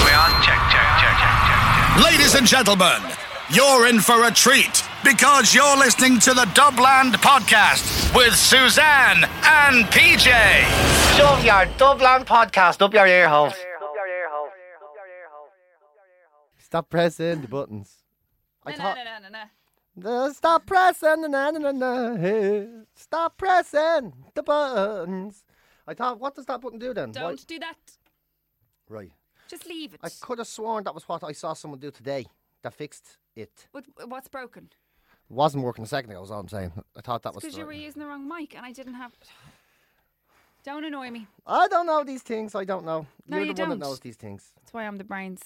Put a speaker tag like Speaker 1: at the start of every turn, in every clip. Speaker 1: We're on check, check, check, check, check, check.
Speaker 2: Ladies and gentlemen, you're in for a treat because you're listening to the Dubland Podcast with Suzanne and PJ.
Speaker 3: Shove your Dublin podcast up your ear holes. Stop pressing the buttons. I thought. Uh, Stop pressing. Na, na, na, na, hey. Stop pressing the buttons. I thought, what does that button do then? Why-
Speaker 4: Don't do that.
Speaker 3: Right.
Speaker 4: Just leave it.
Speaker 3: I could have sworn that was what I saw someone do today that fixed it.
Speaker 4: What, what's broken?
Speaker 3: Wasn't working a second ago, is all I'm saying. I thought that was.
Speaker 4: Because
Speaker 3: the
Speaker 4: you were
Speaker 3: right-
Speaker 4: using the wrong mic and I didn't have. Don't annoy me.
Speaker 3: I don't know these things. I don't know.
Speaker 4: No,
Speaker 3: You're
Speaker 4: you
Speaker 3: the one
Speaker 4: don't.
Speaker 3: that knows these things.
Speaker 4: That's why I'm the brains.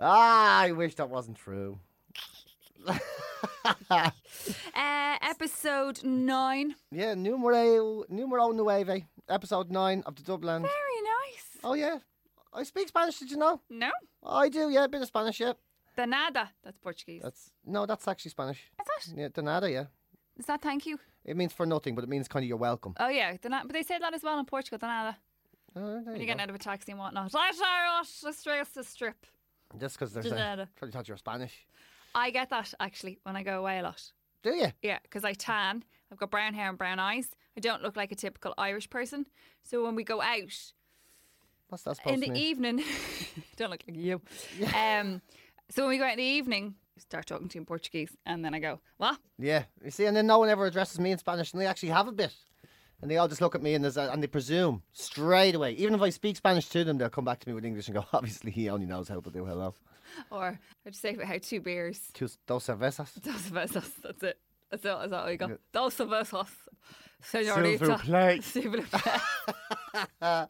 Speaker 3: ah, I wish that wasn't true.
Speaker 4: Uh, episode nine.
Speaker 3: Yeah, numero, numero nueve, episode 9 of the Dublin.
Speaker 4: Very nice.
Speaker 3: Oh, yeah. I speak Spanish, did you know?
Speaker 4: No,
Speaker 3: Oh, I do, yeah, a bit of Spanish, yeah.
Speaker 4: the nada. That's Portuguese.
Speaker 3: That's No, that's actually Spanish.
Speaker 4: That's it.
Speaker 3: Yeah, de nada, yeah.
Speaker 4: Is that thank you?
Speaker 3: It means for nothing, but it means kind of you're welcome.
Speaker 4: Oh yeah, the na- but they say that as well in Portugal. The nada.
Speaker 3: Oh, there
Speaker 4: When
Speaker 3: you
Speaker 4: you're
Speaker 3: go.
Speaker 4: getting out of a taxi and whatnot. Right, right, right, Let's race the strip.
Speaker 3: Just because they're
Speaker 4: De
Speaker 3: saying,
Speaker 4: nada.
Speaker 3: probably thought you were Spanish.
Speaker 4: I get that actually when I go away a lot.
Speaker 3: Do you?
Speaker 4: Yeah, because I tan. I've got brown hair and brown eyes. I don't look like a typical Irish person. So when we go out,
Speaker 3: What's that supposed to
Speaker 4: in the e-
Speaker 3: mean?
Speaker 4: evening. don't look like you. Um, so when we go out in the evening, I start talking to you in Portuguese, and then I go, "What?
Speaker 3: yeah, you see, and then no one ever addresses me in Spanish, and they actually have a bit. And they all just look at me and, there's a, and they presume straight away. Even if I speak Spanish to them, they'll come back to me with English and go, obviously, he only knows how to do hello.
Speaker 4: Or I'd say we had two beers.
Speaker 3: Tus- Dos cervezas.
Speaker 4: Dos versos. That's it. That's all. That's all we
Speaker 3: Yeah.
Speaker 4: got. Dos versos. Señorita. S'il vous plaît.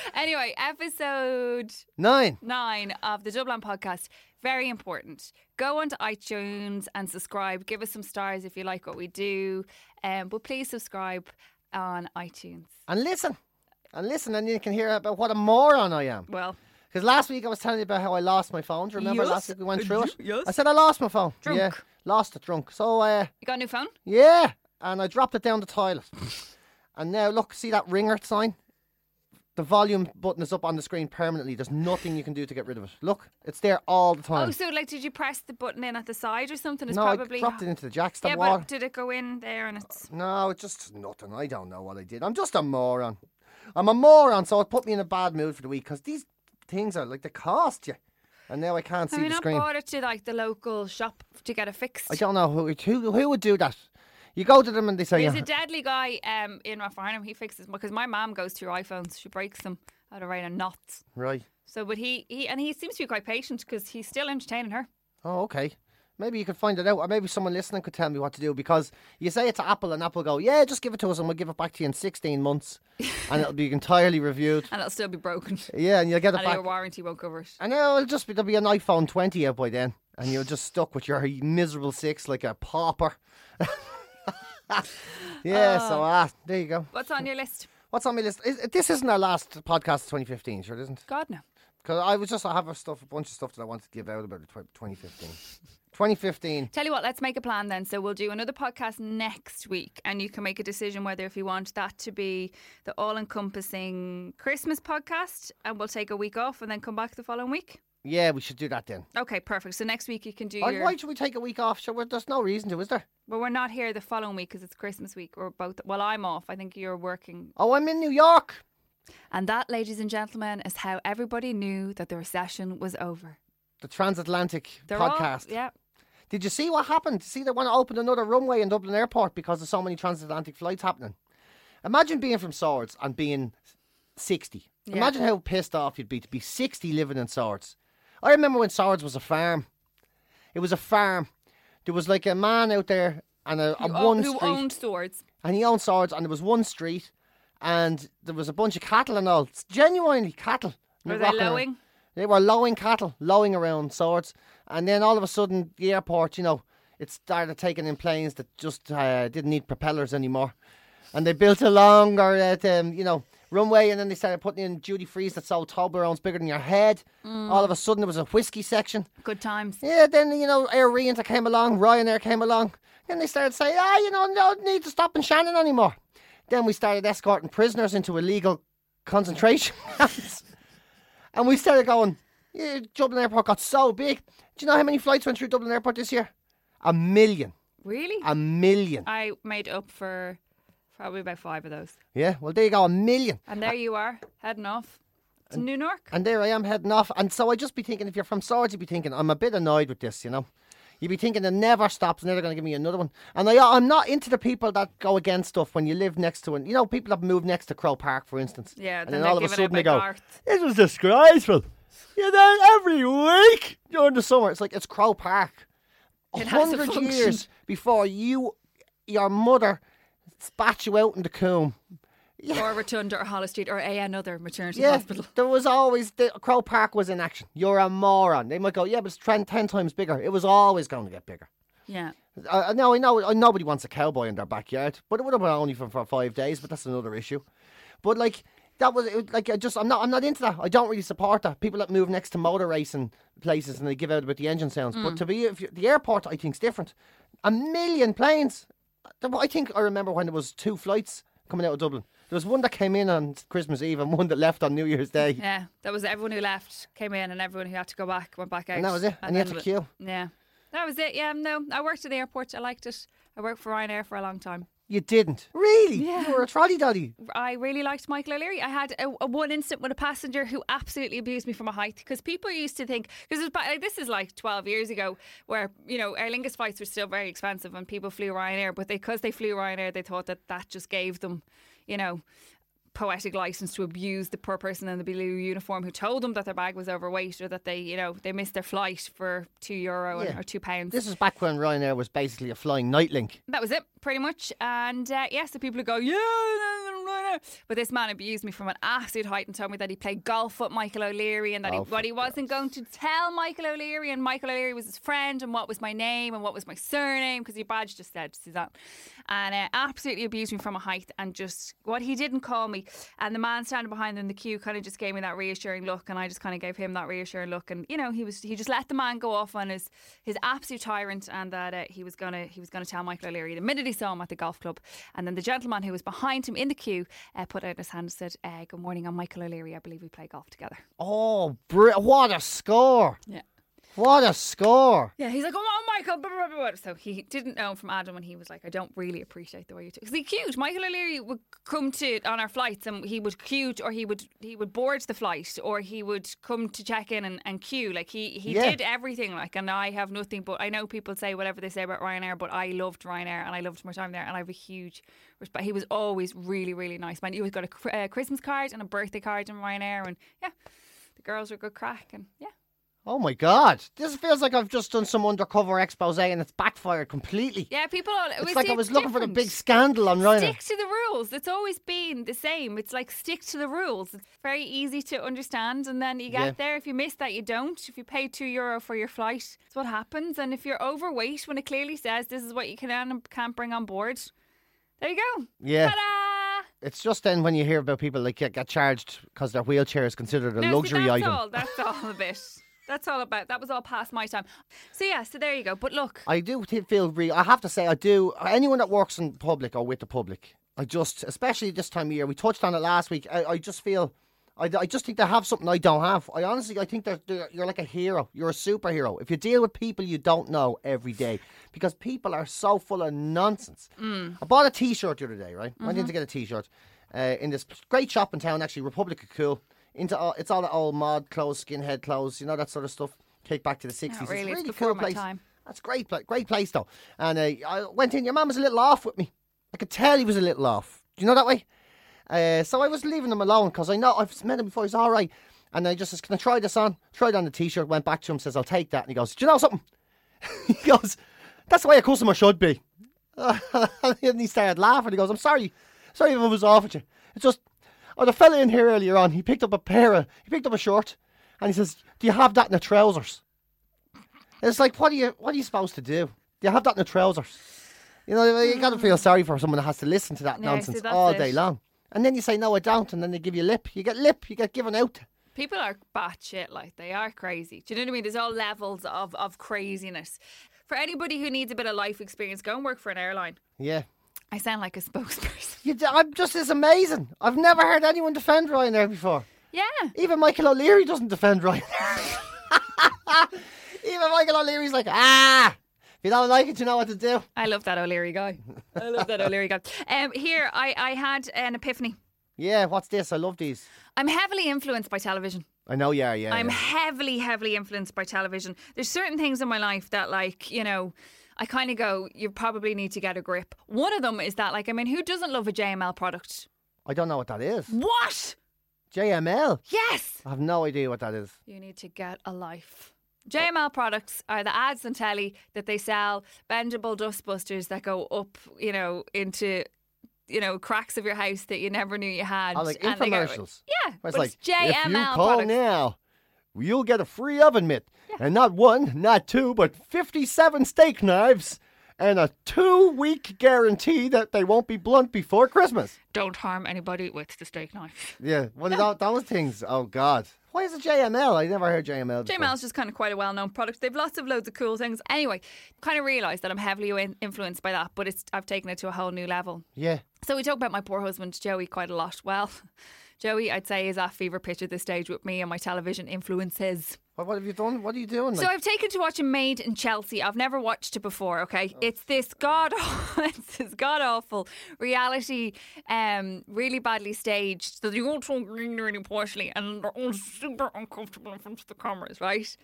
Speaker 4: anyway, episode
Speaker 3: Nine.
Speaker 4: nine of the Dublin podcast. Very important. Go onto iTunes and subscribe. Give us some stars if you like what we do. Um, but please subscribe on iTunes.
Speaker 3: and listen and listen and you can hear about what a moron I am
Speaker 4: Well,
Speaker 3: because last week I was telling you about how I lost my phone do you remember last
Speaker 4: Yes,
Speaker 3: week we went
Speaker 4: I
Speaker 3: through
Speaker 4: do,
Speaker 3: it
Speaker 4: yes.
Speaker 3: I said I lost my phone yeah
Speaker 4: Drunk.
Speaker 3: lost it drunk so uh
Speaker 4: you got a new phone?
Speaker 3: yeah and I dropped it down the toilet and now look see that ringer sign the volume button is up on the screen permanently there's nothing you can do to get rid of it look it's there all the time
Speaker 4: Oh, so like, did you press the button in at the side or something? It's
Speaker 3: no
Speaker 4: probably
Speaker 3: I dropped it into the jacks the
Speaker 4: yeah,
Speaker 3: wall Uh,
Speaker 4: but did it go in there and it's
Speaker 3: No, it's just nothing. I don't know what I did. I'm just a moron. I'm a moron, so it put me in a bad mood for the week because these things are like they cost you, and now I can't see
Speaker 4: Have you
Speaker 3: the
Speaker 4: not
Speaker 3: screen.
Speaker 4: brought it to like the local shop to get it fixed?
Speaker 3: I don't know who, who who would do that. You go to them and they say,
Speaker 4: There's
Speaker 3: yeah,
Speaker 4: a deadly guy um, in Rathfarnham. He fixes because my mom goes through iPhones. She breaks them at a rate of knots.
Speaker 3: right.
Speaker 4: So, but he, he and he seems to be quite patient because he's still entertaining her.
Speaker 3: Oh, okay. Maybe you could find it out, or maybe someone listening could tell me what to do because you say it to Apple, and Apple go, "Yeah, just give it to us, and we'll give it back to you in 16 months, and it'll be entirely reviewed."
Speaker 4: And it'll still be broken.
Speaker 3: Yeah, and you'll get it
Speaker 4: and
Speaker 3: back.
Speaker 4: your warranty won't cover it.
Speaker 3: And it'll just be there'll be an iPhone 20 out by then, and you're just stuck with your miserable six like a pauper. yeah, so ah, there you go.
Speaker 4: What's on your list?
Speaker 3: What's on my list? Is, this isn't our last podcast of 2015, sure it isn't.
Speaker 4: God no.
Speaker 3: Because I was just I have a stuff, a bunch of stuff that I wanted to give out about the tw- 2015. 2015.
Speaker 4: Tell you what, let's make a plan then. So we'll do another podcast next week, and you can make a decision whether if you want that to be the all-encompassing Christmas podcast, and we'll take a week off and then come back the following week.
Speaker 3: Yeah, we should do that then.
Speaker 4: Okay, perfect. So next week you can do
Speaker 3: Why-
Speaker 4: your.
Speaker 3: why should we take a week off? Sure, well, there's no reason to, is there?
Speaker 4: Well, we're not here the following week because it's Christmas week. We're both. Well, I'm off. I think you're working.
Speaker 3: Oh, I'm in New York.
Speaker 4: And that, ladies and gentlemen, is how everybody knew that the recession was over.
Speaker 3: The transatlantic
Speaker 4: They're all-
Speaker 3: podcast.
Speaker 4: yeah.
Speaker 3: Did you see what happened? See, they want to open another runway in Dublin Airport because there's so many transatlantic flights happening. Imagine being from Swords and being 60.
Speaker 4: Yeah.
Speaker 3: Imagine how pissed off you'd be to be 60 living in Swords. I remember when Swords was a farm. It was a farm. There was like a man out there and a, a
Speaker 4: Who o-
Speaker 3: one
Speaker 4: who
Speaker 3: street.
Speaker 4: owned swords?
Speaker 3: and he owned Swords and there was one street and there was a bunch of cattle and all. It's genuinely cattle. And they're
Speaker 4: Were they
Speaker 3: walking around.
Speaker 4: lowing?
Speaker 3: They were lowing cattle, lowing around swords, and then all of a sudden the airport, you know, it started taking in planes that just uh, didn't need propellers anymore, and they built a longer, uh, t- um, you know, runway, and then they started putting in duty frees that sold Toblerones bigger than your head.
Speaker 4: Mm.
Speaker 3: All of a sudden there was a whiskey section.
Speaker 4: Good times.
Speaker 3: Yeah, then you know Air Reinter came along, Ryanair came along, then they started saying, ah, you know, no need to stop in Shannon anymore. Then we started escorting prisoners into illegal concentration camps, and we started going. Yeah, Dublin Airport got so big. Do you know how many flights went through Dublin Airport this year? A million,
Speaker 4: Really?
Speaker 3: a million.
Speaker 4: I made up for probably about five of those.
Speaker 3: Yeah, well there you go, a million.
Speaker 4: And there you are, heading off to New York.
Speaker 3: And there I am heading off. And so I just be thinking, if you're from Swords, you'd be thinking, I'm a bit annoyed with this, you know. You'd be thinking it never stops, and they're going to give me another one. And I, I'm not into the people that go against stuff when you live next to it. You know, people that move next to Crow Park, for instance.
Speaker 4: Yeah,
Speaker 3: and
Speaker 4: then
Speaker 3: then
Speaker 4: they're
Speaker 3: all of a
Speaker 4: giving out
Speaker 3: sudden
Speaker 4: by
Speaker 3: they go,
Speaker 4: Garth.
Speaker 3: This was disgraceful. You know, every week during the summer, it's like, it's Crow Park. A
Speaker 4: It has a
Speaker 3: hundred
Speaker 4: function.
Speaker 3: years before you, your mother, spat you out in the coombe.
Speaker 4: or Rotunda or Hollow Street or a another maternity
Speaker 3: Yeah,
Speaker 4: hospital.
Speaker 3: there was always the Crow Park was in action. You're a moron. They might go, yeah, but it's ten, ten times bigger. It was always going to get bigger.
Speaker 4: Yeah.
Speaker 3: Uh, no, I know uh, nobody wants a cowboy in their backyard, but it would have been only for, for five days. But that's another issue. But like that was it was like I just I'm not I'm not into that. I don't really support that. People that move next to motor racing places and they give out about the engine sounds. But to be if you, the airport, I think's different. A million planes. I think I remember when there was two flights coming out of Dublin. There was one that came in on Christmas Eve and one that left on New Year's Day.
Speaker 4: Yeah. That was everyone who left, came in, and everyone who had to go back went back out.
Speaker 3: And that was it. And you had
Speaker 4: then
Speaker 3: to queue.
Speaker 4: Yeah. That was it. Yeah. No, I worked at the airport. I liked it. I worked for Ryanair for a long time.
Speaker 3: You didn't. Really? You were a trolley doddy.
Speaker 4: I really liked Michael O'Leary. I had a, a one incident with a passenger who absolutely abused me from a height because people used to think because like, this is like 12 years ago where you know Aer Lingus flights were still very expensive and people flew Ryanair, but because they flew Ryanair, they thought that that just gave them, you know. Poetic license to abuse the poor person in the blue uniform who told them that their bag was overweight or that they, you know, they missed their flight for two euro and-
Speaker 3: Yeah.
Speaker 4: or two pounds.
Speaker 3: This is back when Ryanair was basically a flying nightlink.
Speaker 4: That was it, pretty much. And uh, yes, the people who go, yeah, no, no, no, no." but this man abused me from an absolute height and told me that he played golf with Michael O'Leary and that he, what he wasn't going to tell Michael O'Leary and Michael O'Leary was his friend and what was my name and what was my surname because your badge just said Suzanne. And uh, absolutely abused me from a height and just what he didn't call me. And the man standing behind them in the queue kind of just gave me that reassuring look and I just kind of gave him that reassuring look and you know he was he just let the man go off on his his absolute tyrant and that uh, he was gonna he was gonna tell Michael O'Leary the minute he saw him at the golf club and then the gentleman who was behind him in the queue uh, put out his hand and said uh, good morning I'm Michael O'Leary I believe we play golf together
Speaker 3: Oh, br- what a score!
Speaker 4: yeah
Speaker 3: What a score!
Speaker 4: yeah he's like oh Michael blah, blah, blah, blah." so he didn't know him from Adam and he was like I don't really appreciate the way you took because he queued Michael O'Leary would come to on our flights and he would queue or he would he would board the flight or he would come to check in and, and queue like he he
Speaker 3: Yeah.
Speaker 4: did everything like and I have nothing but I know people say whatever they say about Ryanair but I loved Ryanair and I loved my time there and I have a huge respect he was always really really nice man he always got a cr- uh, Christmas card and a birthday card from Ryanair and yeah the girls were good crack and yeah
Speaker 3: Oh my god, this feels like I've just done some undercover expose and it's backfired completely.
Speaker 4: yeah people all,
Speaker 3: it's like I was looking for the big
Speaker 4: different.
Speaker 3: scandal on Ryanair.
Speaker 4: Stick to the rules. It's always been the same. It's like stick to the rules. It's very easy to understand, and then you get
Speaker 3: Yeah.
Speaker 4: there. If you miss that, you don't. If you pay two euro for your flight, it's what happens. And if you're overweight, when it clearly says this is what you can and can't bring on board, there you go.
Speaker 3: Yeah.
Speaker 4: Ta-da!
Speaker 3: It's just then when you hear about people like get, get charged because their wheelchair is considered a
Speaker 4: No, see,
Speaker 3: luxury
Speaker 4: that's
Speaker 3: item.
Speaker 4: all. That's all of it. That's all about. That was all past my time. So yeah. So there you go. But look,
Speaker 3: I do thi- feel re- I have to say I do anyone that works in public or with the public I just especially this time of year we touched on it last week I, I just feel I, I just think they have something I don't have I honestly I think they're, they're, you're like a hero you're a superhero if you deal with people you don't know every day because people are so full of nonsense
Speaker 4: Mm.
Speaker 3: I bought a t-shirt the other day right I
Speaker 4: Mm-hmm.
Speaker 3: need to get a t-shirt uh, in this great shop in town actually Republic of Cool into all, it's all the old mod clothes skinhead clothes you know that sort of stuff Take back to the 60s.
Speaker 4: really, it's
Speaker 3: It's a really
Speaker 4: before
Speaker 3: cool
Speaker 4: my
Speaker 3: place.
Speaker 4: time.
Speaker 3: That's a great, pla- great place though. And uh, I went in. Your man was a little off with me. I could tell he was a little off. Do you know that way? Uh, so I was leaving him alone because I know I've met him before. He's all right. And I just says, "Can I try this on?" Tried on the t-shirt. Went back to him. Says, "I'll take that." And he goes, "Do you know something?" he goes, "That's the way a customer should be." and he started laughing. He goes, "I'm sorry, sorry if I was off with you. It's just, oh, the fella in here earlier on, he picked up a pair of, he picked up a shirt, and he says, "Do you have that in the trousers?" It's like, what are you, what are you supposed to do? Do you have that in the trousers? You know, you got to feel sorry for someone that has to listen to that
Speaker 4: Yeah, see,
Speaker 3: nonsense
Speaker 4: that's
Speaker 3: all
Speaker 4: it.
Speaker 3: day long. And then you say, "No, I don't," and then they give you lip. You get lip. You get given out.
Speaker 4: People are batshit, like they are crazy. Do you know what I mean? There's all levels of, of craziness. For anybody who needs a bit of life experience, go and work for an airline.
Speaker 3: Yeah.
Speaker 4: I sound like a spokesperson.
Speaker 3: You, d- I'm just it's amazing. I've never heard anyone defend Ryanair before.
Speaker 4: Yeah.
Speaker 3: Even Michael O'Leary doesn't defend Ryanair. Even Michael O'Leary's like, ah, if you don't like it, you know what to do.
Speaker 4: I love that O'Leary guy. I love that O'Leary guy. Um, here, I, I had an epiphany.
Speaker 3: Yeah, what's this? I love these.
Speaker 4: I'm heavily influenced by television.
Speaker 3: I know, yeah, yeah.
Speaker 4: I'm
Speaker 3: yeah.
Speaker 4: heavily, heavily influenced by television. There's certain things in my life that, like, you know, I kind of go, you probably need to get a grip. One of them is that, like, I mean, who doesn't love a JML product?
Speaker 3: I don't know what that is.
Speaker 4: Mm. What?
Speaker 3: JML.
Speaker 4: Yes.
Speaker 3: I have no idea what that is.
Speaker 4: You need to get a life. JML products are the ads on telly that they sell, bendable dustbusters that go up, you know, into, you know, cracks of your house that you never knew you had.
Speaker 3: Oh, like
Speaker 4: and they get-
Speaker 3: infomercials.
Speaker 4: yeah,
Speaker 3: Where
Speaker 4: but it's JML
Speaker 3: if you call
Speaker 4: products.
Speaker 3: now, you'll get a free oven mitt, and not one, not two, but fifty-seven steak knives, and a two-week guarantee that they won't be blunt before Christmas.
Speaker 4: Don't harm anybody with the steak knife.
Speaker 3: Yeah, one of tho- those things. Oh God, why is it JML? I never heard JML. before.
Speaker 4: JML is just kind of quite a well-known product. They've lots of loads of cool things. Anyway, kind of realised that I'm heavily in- influenced by that, but it's I've taken it to a whole new level.
Speaker 3: Yeah,
Speaker 4: So we talk about my poor husband Joey quite a lot. Well, Joey, I'd say, is at fever pitch at this stage with me and my television influences.
Speaker 3: what, what have you done? What are you doing?
Speaker 4: So I've taken to watching Made in Chelsea. I've never watched it before. Okay, it's this god, it's this god awful reality, um, really badly staged. So they all talk really, really poorly, and they're all super uncomfortable in front of the cameras, right?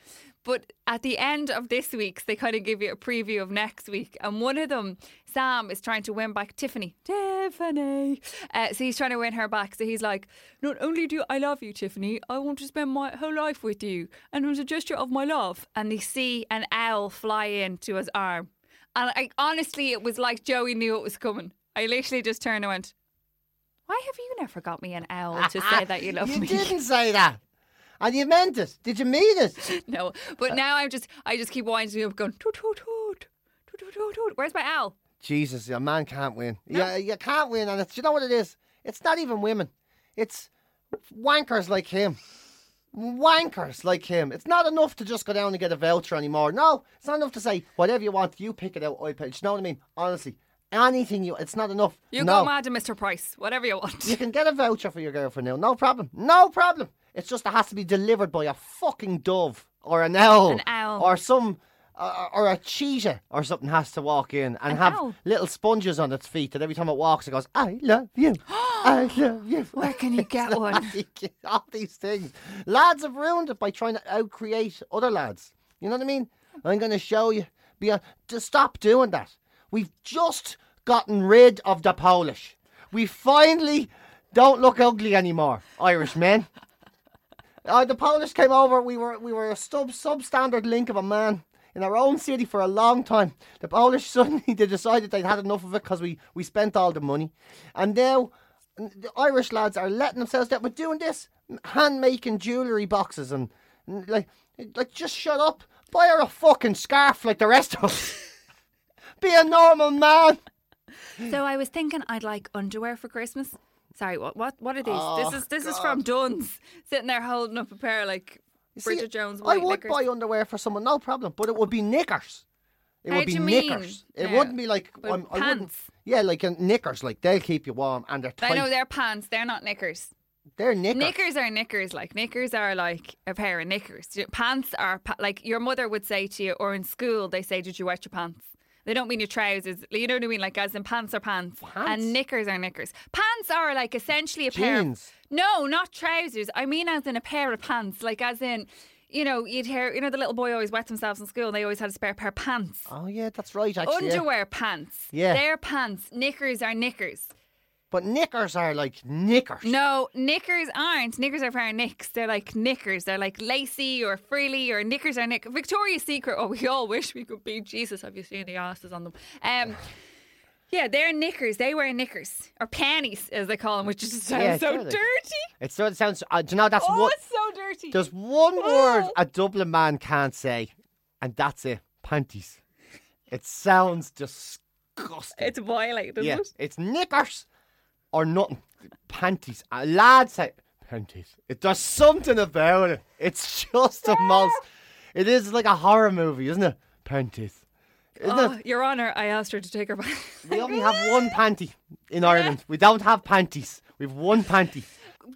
Speaker 4: But at the end of this week's, they kind of give you a preview of next week, and one of them, Sam, is trying to win back Tiffany. Tiffany. Uh, so he's trying to win her back. So he's like, "Not only do I love you, Tiffany, I want to spend my whole life with you, and it was a gesture of my love." And they see an owl fly into his arm, and I honestly, it was like Joey knew it was coming. I literally just turned and went, "Why have you never got me an owl to say that you love
Speaker 3: you
Speaker 4: me?"
Speaker 3: didn't say that, and you meant it. Did you mean it?
Speaker 4: No, but now I'm just, I just keep winding me up, going, toot toot toot, toot toot toot toot. Where's my owl?
Speaker 3: Jesus, a man can't win. Yeah, you can't win, and it's you know what it is. It's not even women. It's wankers like him. Wankers like him. It's not enough to just go down and get a voucher anymore. No, it's not enough to say whatever you want. You pick it out. I pick. it." You know what I mean? Honestly, anything you. It's not enough.
Speaker 4: You
Speaker 3: no.
Speaker 4: go mad to Mr. Price, whatever you want.
Speaker 3: You can get a voucher for your girlfriend now. No problem. No problem. It's just it has to be delivered by a fucking dove or an owl.
Speaker 4: An owl.
Speaker 3: Or some. Or, or a cheetah or something has to walk in and have
Speaker 4: owl.
Speaker 3: little sponges on its feet that every time it walks it goes, I love you. I love you.
Speaker 4: Where can you get one?
Speaker 3: All these things. Lads have ruined it by trying to outcreate other lads. You know what I mean? I'm going to show you. Beyond, to stop doing that. We've just gotten rid of the Polish. We finally don't look ugly anymore, Irish men. Uh, the Polish came over. We were we were a sub substandard link of a man in our own city for a long time. The Polish suddenly they decided they'd had enough of it because we we spent all the money, and now n- the Irish lads are letting themselves down. But doing this, m- hand making jewelry boxes and, and like like just shut up. Buy her a fucking scarf like the rest of us. Be a normal man.
Speaker 4: So I was thinking I'd like underwear for Christmas. Sorry, what what what are these?
Speaker 3: Oh,
Speaker 4: this is this is from Dunn's sitting there holding up a pair of like
Speaker 3: You see,
Speaker 4: Bridget Jones
Speaker 3: I
Speaker 4: white
Speaker 3: would
Speaker 4: knickers.
Speaker 3: buy underwear for someone, no problem, but it would be knickers. It
Speaker 4: How
Speaker 3: would be
Speaker 4: do you mean?
Speaker 3: knickers. It
Speaker 4: Yeah.
Speaker 3: wouldn't be like
Speaker 4: But
Speaker 3: I'm- I wouldn't,
Speaker 4: pants.
Speaker 3: yeah, like uh, knickers. Like they'll keep you warm and they're tight.
Speaker 4: I know they're pants, they're not knickers.
Speaker 3: they're knickers.
Speaker 4: Knickers are knickers, like knickers are like a pair of knickers. You- Pants are pa- like your mother would say to you, or in school they say, "Did you wet your pants?" They don't mean your trousers. You know what I mean? Like as in pants are pants,
Speaker 3: Pants?
Speaker 4: and knickers are knickers. Pants are like essentially a pair. of-
Speaker 3: Jeans.
Speaker 4: no, not trousers. I mean as in a pair of pants, like as in. You know, you'd hear, you know, the little boy always wet themselves in school and they always had a spare pair of pants.
Speaker 3: Oh yeah, that's right. Actually, yeah.
Speaker 4: Underwear pants.
Speaker 3: Yeah.
Speaker 4: They're pants. Knickers are knickers.
Speaker 3: but knickers are like knickers.
Speaker 4: No, knickers aren't. Knickers are for our nicks. They're like knickers. They're like lacy or frilly or knickers are nick. Victoria's Secret. Oh, we all wish we could be. Jesus, have you seen the asses on them? Um, Yeah, they're knickers. They wear knickers or panties, as they call them, which just sounds
Speaker 3: Yeah,
Speaker 4: so
Speaker 3: totally.
Speaker 4: dirty.
Speaker 3: It sort of sounds. Uh, do you know that's
Speaker 4: Oh,
Speaker 3: what?
Speaker 4: it's so dirty.
Speaker 3: There's one word
Speaker 4: Oh.
Speaker 3: a Dublin man can't say, and that's it. Panties. It sounds disgusting.
Speaker 4: It's violent, isn't
Speaker 3: yeah,
Speaker 4: it?
Speaker 3: it's knickers or nothing. Panties. A lad say panties. It, there's something about it. It's just the most. It is like a horror movie, isn't it? Panties. Isn't
Speaker 4: Oh,
Speaker 3: it?
Speaker 4: Your Honour, I asked her to take her back.
Speaker 3: We only have one panty in Ireland. We don't have panties. We've one panty.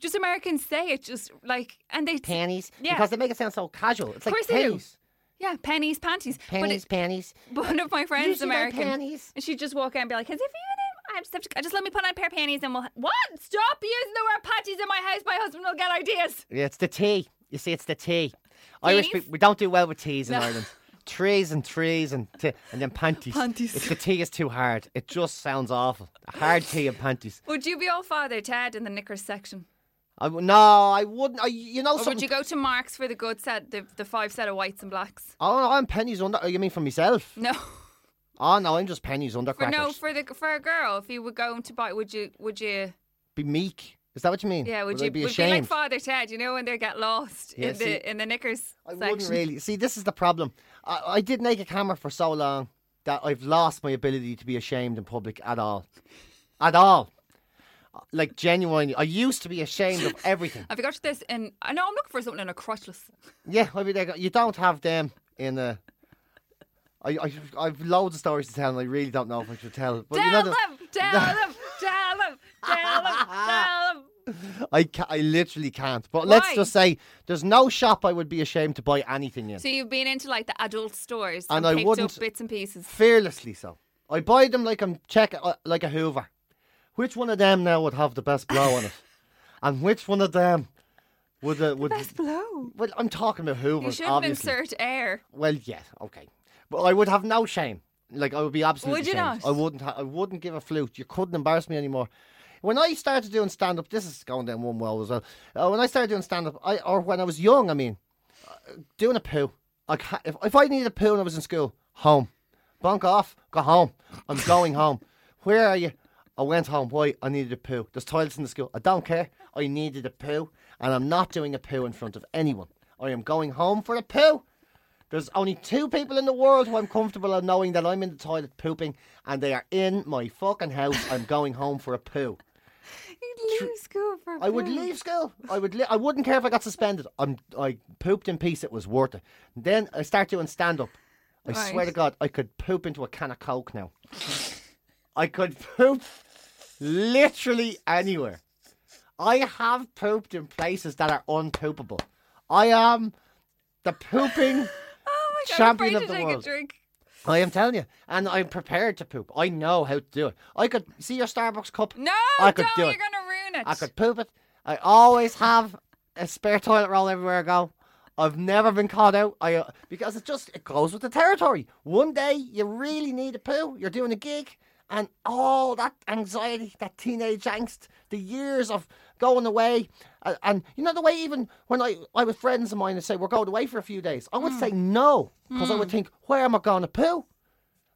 Speaker 4: just Americans say it, just like, and they.
Speaker 3: Panties.
Speaker 4: Yeah.
Speaker 3: Because they make it sound so casual. It's like
Speaker 4: course they do.
Speaker 3: panties.
Speaker 4: Yeah, pennies, panties.
Speaker 3: Panties, panties.
Speaker 4: But it, one of my friends is
Speaker 3: see my
Speaker 4: American.
Speaker 3: panties?
Speaker 4: And she'd just walk out and be like, Has if you I'm just, just let me put on a pair of panties and we'll. What? Stop using the word panties in my house. My husband will get ideas.
Speaker 3: Yeah, it's the tea. You see, it's the tea. Irish
Speaker 4: Teas?
Speaker 3: people, we don't do well with teas in
Speaker 4: No.
Speaker 3: Ireland. Trees and trees and tea, and then panties.
Speaker 4: Panties.
Speaker 3: If the tea is too hard, it just sounds awful. Hard tea and panties.
Speaker 4: Would you be all father Ted in the knickers section?
Speaker 3: I, w- no, I wouldn't. I, you know
Speaker 4: Or
Speaker 3: something.
Speaker 4: would you go to Mark's for the good set, the, the five set of whites and blacks?
Speaker 3: Oh, I'm pennies under. Oh, you mean for myself?
Speaker 4: No.
Speaker 3: Oh no, I'm just pennies under
Speaker 4: Mm. For,
Speaker 3: crackers.
Speaker 4: no, for the for a girl, if you were going to buy, would you would you
Speaker 3: be meek. Is that what you mean?
Speaker 4: yeah would
Speaker 3: I
Speaker 4: you
Speaker 3: be
Speaker 4: would
Speaker 3: ashamed?
Speaker 4: be like Father Ted, you know, when they get lost
Speaker 3: Yeah,
Speaker 4: in
Speaker 3: see,
Speaker 4: the in the knickers
Speaker 3: I wouldn't
Speaker 4: section?
Speaker 3: really. See, this is the problem. I, I did make a camera for so long that I've lost my ability to be ashamed in public at all. At all. Like, genuinely, I used to be ashamed of everything.
Speaker 4: Have you got this? And I know I'm looking for something in a crotchless.
Speaker 3: yeah, I mean, like, you don't have them in a. I, I, I've loads of stories to tell, and I really don't know if I should tell. But you know
Speaker 4: Tell them,
Speaker 3: the-
Speaker 4: tell them, tell them, tell them, tell them.
Speaker 3: I, ca- I literally can't. But let's
Speaker 4: Why?
Speaker 3: just say there's no shop I would be ashamed to buy anything in.
Speaker 4: So you've been into like the adult stores
Speaker 3: And
Speaker 4: and,
Speaker 3: I
Speaker 4: picked
Speaker 3: wouldn't-
Speaker 4: up bits and pieces.
Speaker 3: fearlessly so. I buy them like I'm check uh, like a Hoover. Which one of them now would have the best blow on it, and which one of them would uh, would?
Speaker 4: Blow.
Speaker 3: Well, I'm talking about Hoovers,
Speaker 4: You shouldn't
Speaker 3: obviously.
Speaker 4: insert air.
Speaker 3: Well, yeah, okay, but I would have no shame. Like I would be absolutely.
Speaker 4: Would you
Speaker 3: ashamed.
Speaker 4: not?
Speaker 3: I wouldn't. Ha- I wouldn't give a flute. You couldn't embarrass me anymore. When I started doing stand up, this is going down one well as well. Uh, when I started doing stand up, I or when I was young, I mean, uh, doing a poo. I ca if, if I needed a poo when I was in school, home, bunk off, go home. I'm going home. Where are you? I went home. Why? I needed a poo. There's toilets in the school. I don't care. I needed a poo, and I'm not doing a poo in front of anyone. I am going home for a poo. There's only two people in the world who I'm comfortable in knowing that I'm in the toilet pooping, and they are in my fucking house. I'm going home for a poo.
Speaker 4: You'd leave school for.
Speaker 3: I would leave school. I would. Li- I wouldn't care if I got suspended. I'm. I pooped in peace. It was worth it. Then I start doing stand up. I swear
Speaker 4: Right.
Speaker 3: to God, I could poop into a can of coke now. I could poop literally anywhere. I have pooped in places that are unpoopable. I am the pooping.
Speaker 4: Oh my god!
Speaker 3: Champion
Speaker 4: I'm
Speaker 3: of
Speaker 4: afraid to
Speaker 3: the
Speaker 4: take
Speaker 3: world.
Speaker 4: a drink.
Speaker 3: I am telling you, and I'm prepared to poop. I know how to do it. I could see your Starbucks cup.
Speaker 4: No,
Speaker 3: I could
Speaker 4: don't.
Speaker 3: do
Speaker 4: you're
Speaker 3: it.
Speaker 4: gonna ruin it.
Speaker 3: I could poop it. I always have a spare toilet roll everywhere I go. I've never been caught out. I uh, because it just it goes with the territory. One day you really need a poo. You're doing a gig, and all that anxiety, that teenage angst, the years of going away, uh, and you know the way even when I I was friends of mine and say we're going away for a few days, I would say no because I would think where am I going to poo?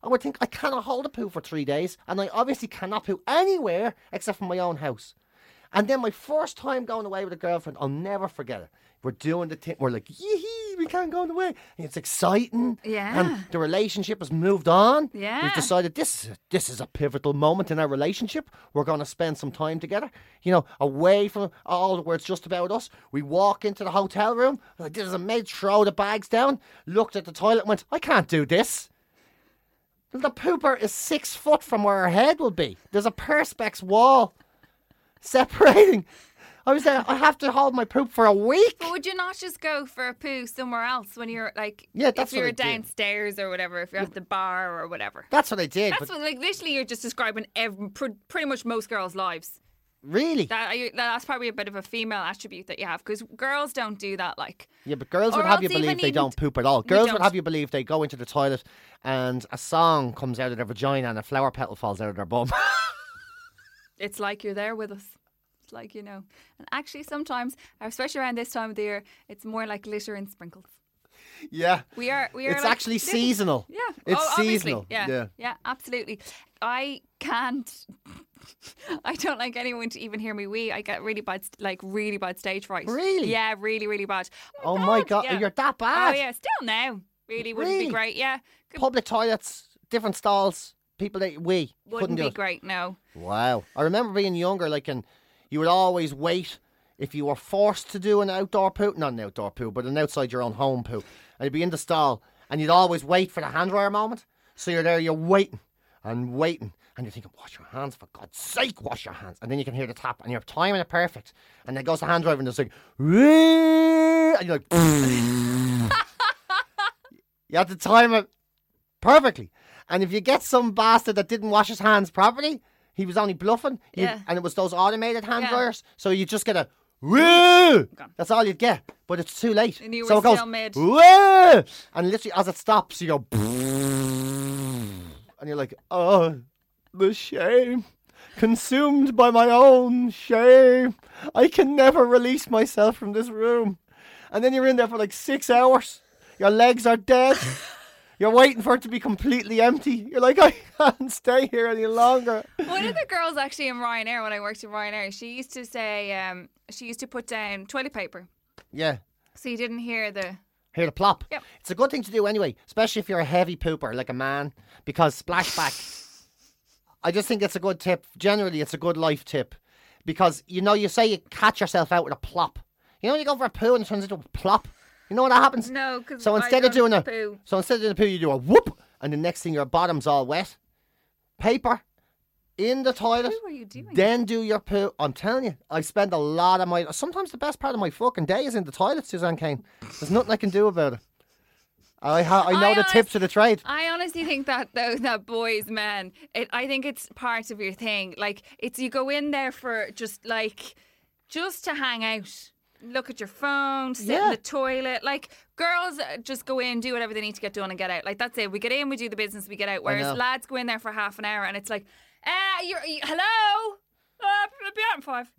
Speaker 3: I would think I cannot hold a poo for three days, and I obviously cannot poo anywhere except for my own house. And then my first time going away with a girlfriend, I'll never forget it. We're doing the thing. We're like, yee we can't go on the way. And it's exciting.
Speaker 4: Yeah.
Speaker 3: And the relationship has moved on.
Speaker 4: Yeah.
Speaker 3: We've decided this is a, this is a pivotal moment in our relationship. We're going to spend some time together. You know, away from all where it's just about us. We walk into the hotel room. Like, this is a maid. Throw the bags down. Looked at the toilet. and Went, I can't do this. The pooper is six foot from where her head will be. There's a perspex wall separating. I was there. I have to hold my poop for a week.
Speaker 4: But would you not just go for a poo somewhere else when you're like,
Speaker 3: Yeah, that's
Speaker 4: if you
Speaker 3: what I
Speaker 4: were
Speaker 3: did.
Speaker 4: downstairs or whatever, if you're at the bar or whatever.
Speaker 3: That's what I did.
Speaker 4: That's
Speaker 3: but
Speaker 4: what, like literally, you're just describing ev- pr- pretty much most girls' lives.
Speaker 3: really?
Speaker 4: That I- that's probably a bit of a female attribute that you have because girls don't do that. Like,
Speaker 3: yeah, but girls would
Speaker 4: or
Speaker 3: have you
Speaker 4: else even
Speaker 3: believe they
Speaker 4: even-
Speaker 3: don't poop at all. Girls would
Speaker 4: don't.
Speaker 3: have you believe they go into the toilet and a song comes out of their vagina and a flower petal falls out of their bum.
Speaker 4: it's like you're there with us. It's like you know. And actually, sometimes, especially around this time of the year, it's more like glitter and sprinkles.
Speaker 3: yeah.
Speaker 4: We are. We are.
Speaker 3: It's
Speaker 4: like
Speaker 3: actually
Speaker 4: little-
Speaker 3: seasonal.
Speaker 4: Yeah.
Speaker 3: It's
Speaker 4: oh, obviously.
Speaker 3: seasonal.
Speaker 4: Yeah.
Speaker 3: Yeah.
Speaker 4: yeah. Absolutely. I can't. I don't like anyone to even hear me wee. I get really bad, st- like really bad stage fright.
Speaker 3: Really?
Speaker 4: Yeah, really, really bad.
Speaker 3: Oh my god,
Speaker 4: yeah.
Speaker 3: you're that
Speaker 4: Oh
Speaker 3: bad.
Speaker 4: yeah, still now. Really wouldn't
Speaker 3: Really?
Speaker 4: be great. Yeah, Could-
Speaker 3: Public toilets, different stalls, people that we couldn't
Speaker 4: wouldn't
Speaker 3: do
Speaker 4: be
Speaker 3: it.
Speaker 4: great. No.
Speaker 3: Wow. I remember being younger, like, and you would always wait if you were forced to do an outdoor poo, not an outdoor poo, but an outside your own home poo, and you'd be in the stall, and you'd always wait for the hand dryer moment. So you're there, you're waiting and waiting, and you're thinking, wash your hands, for God's sake, wash your hands. And then you can hear the tap, and you're timing it perfect. And then goes the hand dryer, and it's like, "Wee," and you're like, you had to time it perfectly. And if you get some bastard that didn't wash his hands properly, he was only bluffing. You'd-
Speaker 4: Yeah.
Speaker 3: And it was those automated hand
Speaker 4: Yeah.
Speaker 3: dryers. So you just get a woo.
Speaker 4: Gone.
Speaker 3: That's all you'd get. But it's too late.
Speaker 4: And you
Speaker 3: so
Speaker 4: were
Speaker 3: it goes
Speaker 4: still mid.
Speaker 3: woo. And literally as it stops, you go and you're like, oh, the shame. Consumed by my own shame. I can never release myself from this room. And then you're in there for like six hours. Your legs are dead. You're waiting for it to be completely empty. You're like, I can't stay here any longer.
Speaker 4: One of the girls actually in Ryanair when I worked in Ryanair, she used to say um, she used to put down toilet paper
Speaker 3: Yeah.
Speaker 4: so you didn't hear the.
Speaker 3: Hear the plop.
Speaker 4: Yep.
Speaker 3: It's a good thing to do anyway, especially if you're a heavy pooper like a man, because splashback. I just think it's a good tip. Generally, it's a good life tip because you know you say you catch yourself out with a plop. You know when you go for a poo and it turns into a plop. You know what happens?
Speaker 4: No, 'cause
Speaker 3: so
Speaker 4: I
Speaker 3: instead of
Speaker 4: don't
Speaker 3: doing a
Speaker 4: poo.
Speaker 3: so instead of doing a poo, you do a whoop, and the next thing your bottom's all wet. Paper in the toilet.
Speaker 4: What are you doing?
Speaker 3: Then do your poo. I'm telling you, I spend a lot of my. Sometimes the best part of my fucking day is in the toilet, Suzanne Kane. There's nothing I can do about it. I ha- I know
Speaker 4: I
Speaker 3: the
Speaker 4: honest-
Speaker 3: tips of the trade.
Speaker 4: I honestly think that though that boys, man, it, I think it's part of your thing. Like it's you go in there for just like just to hang out, look at your phone, sit
Speaker 3: Yeah.
Speaker 4: in the toilet. Like girls uh, just go in, do whatever they need to get done, and get out. Like that's it. We get in, we do the business, we get
Speaker 3: know.
Speaker 4: out. Whereas lads go in there for half an hour, and it's like, uh, you're you, hello, uh, I'll be out in five.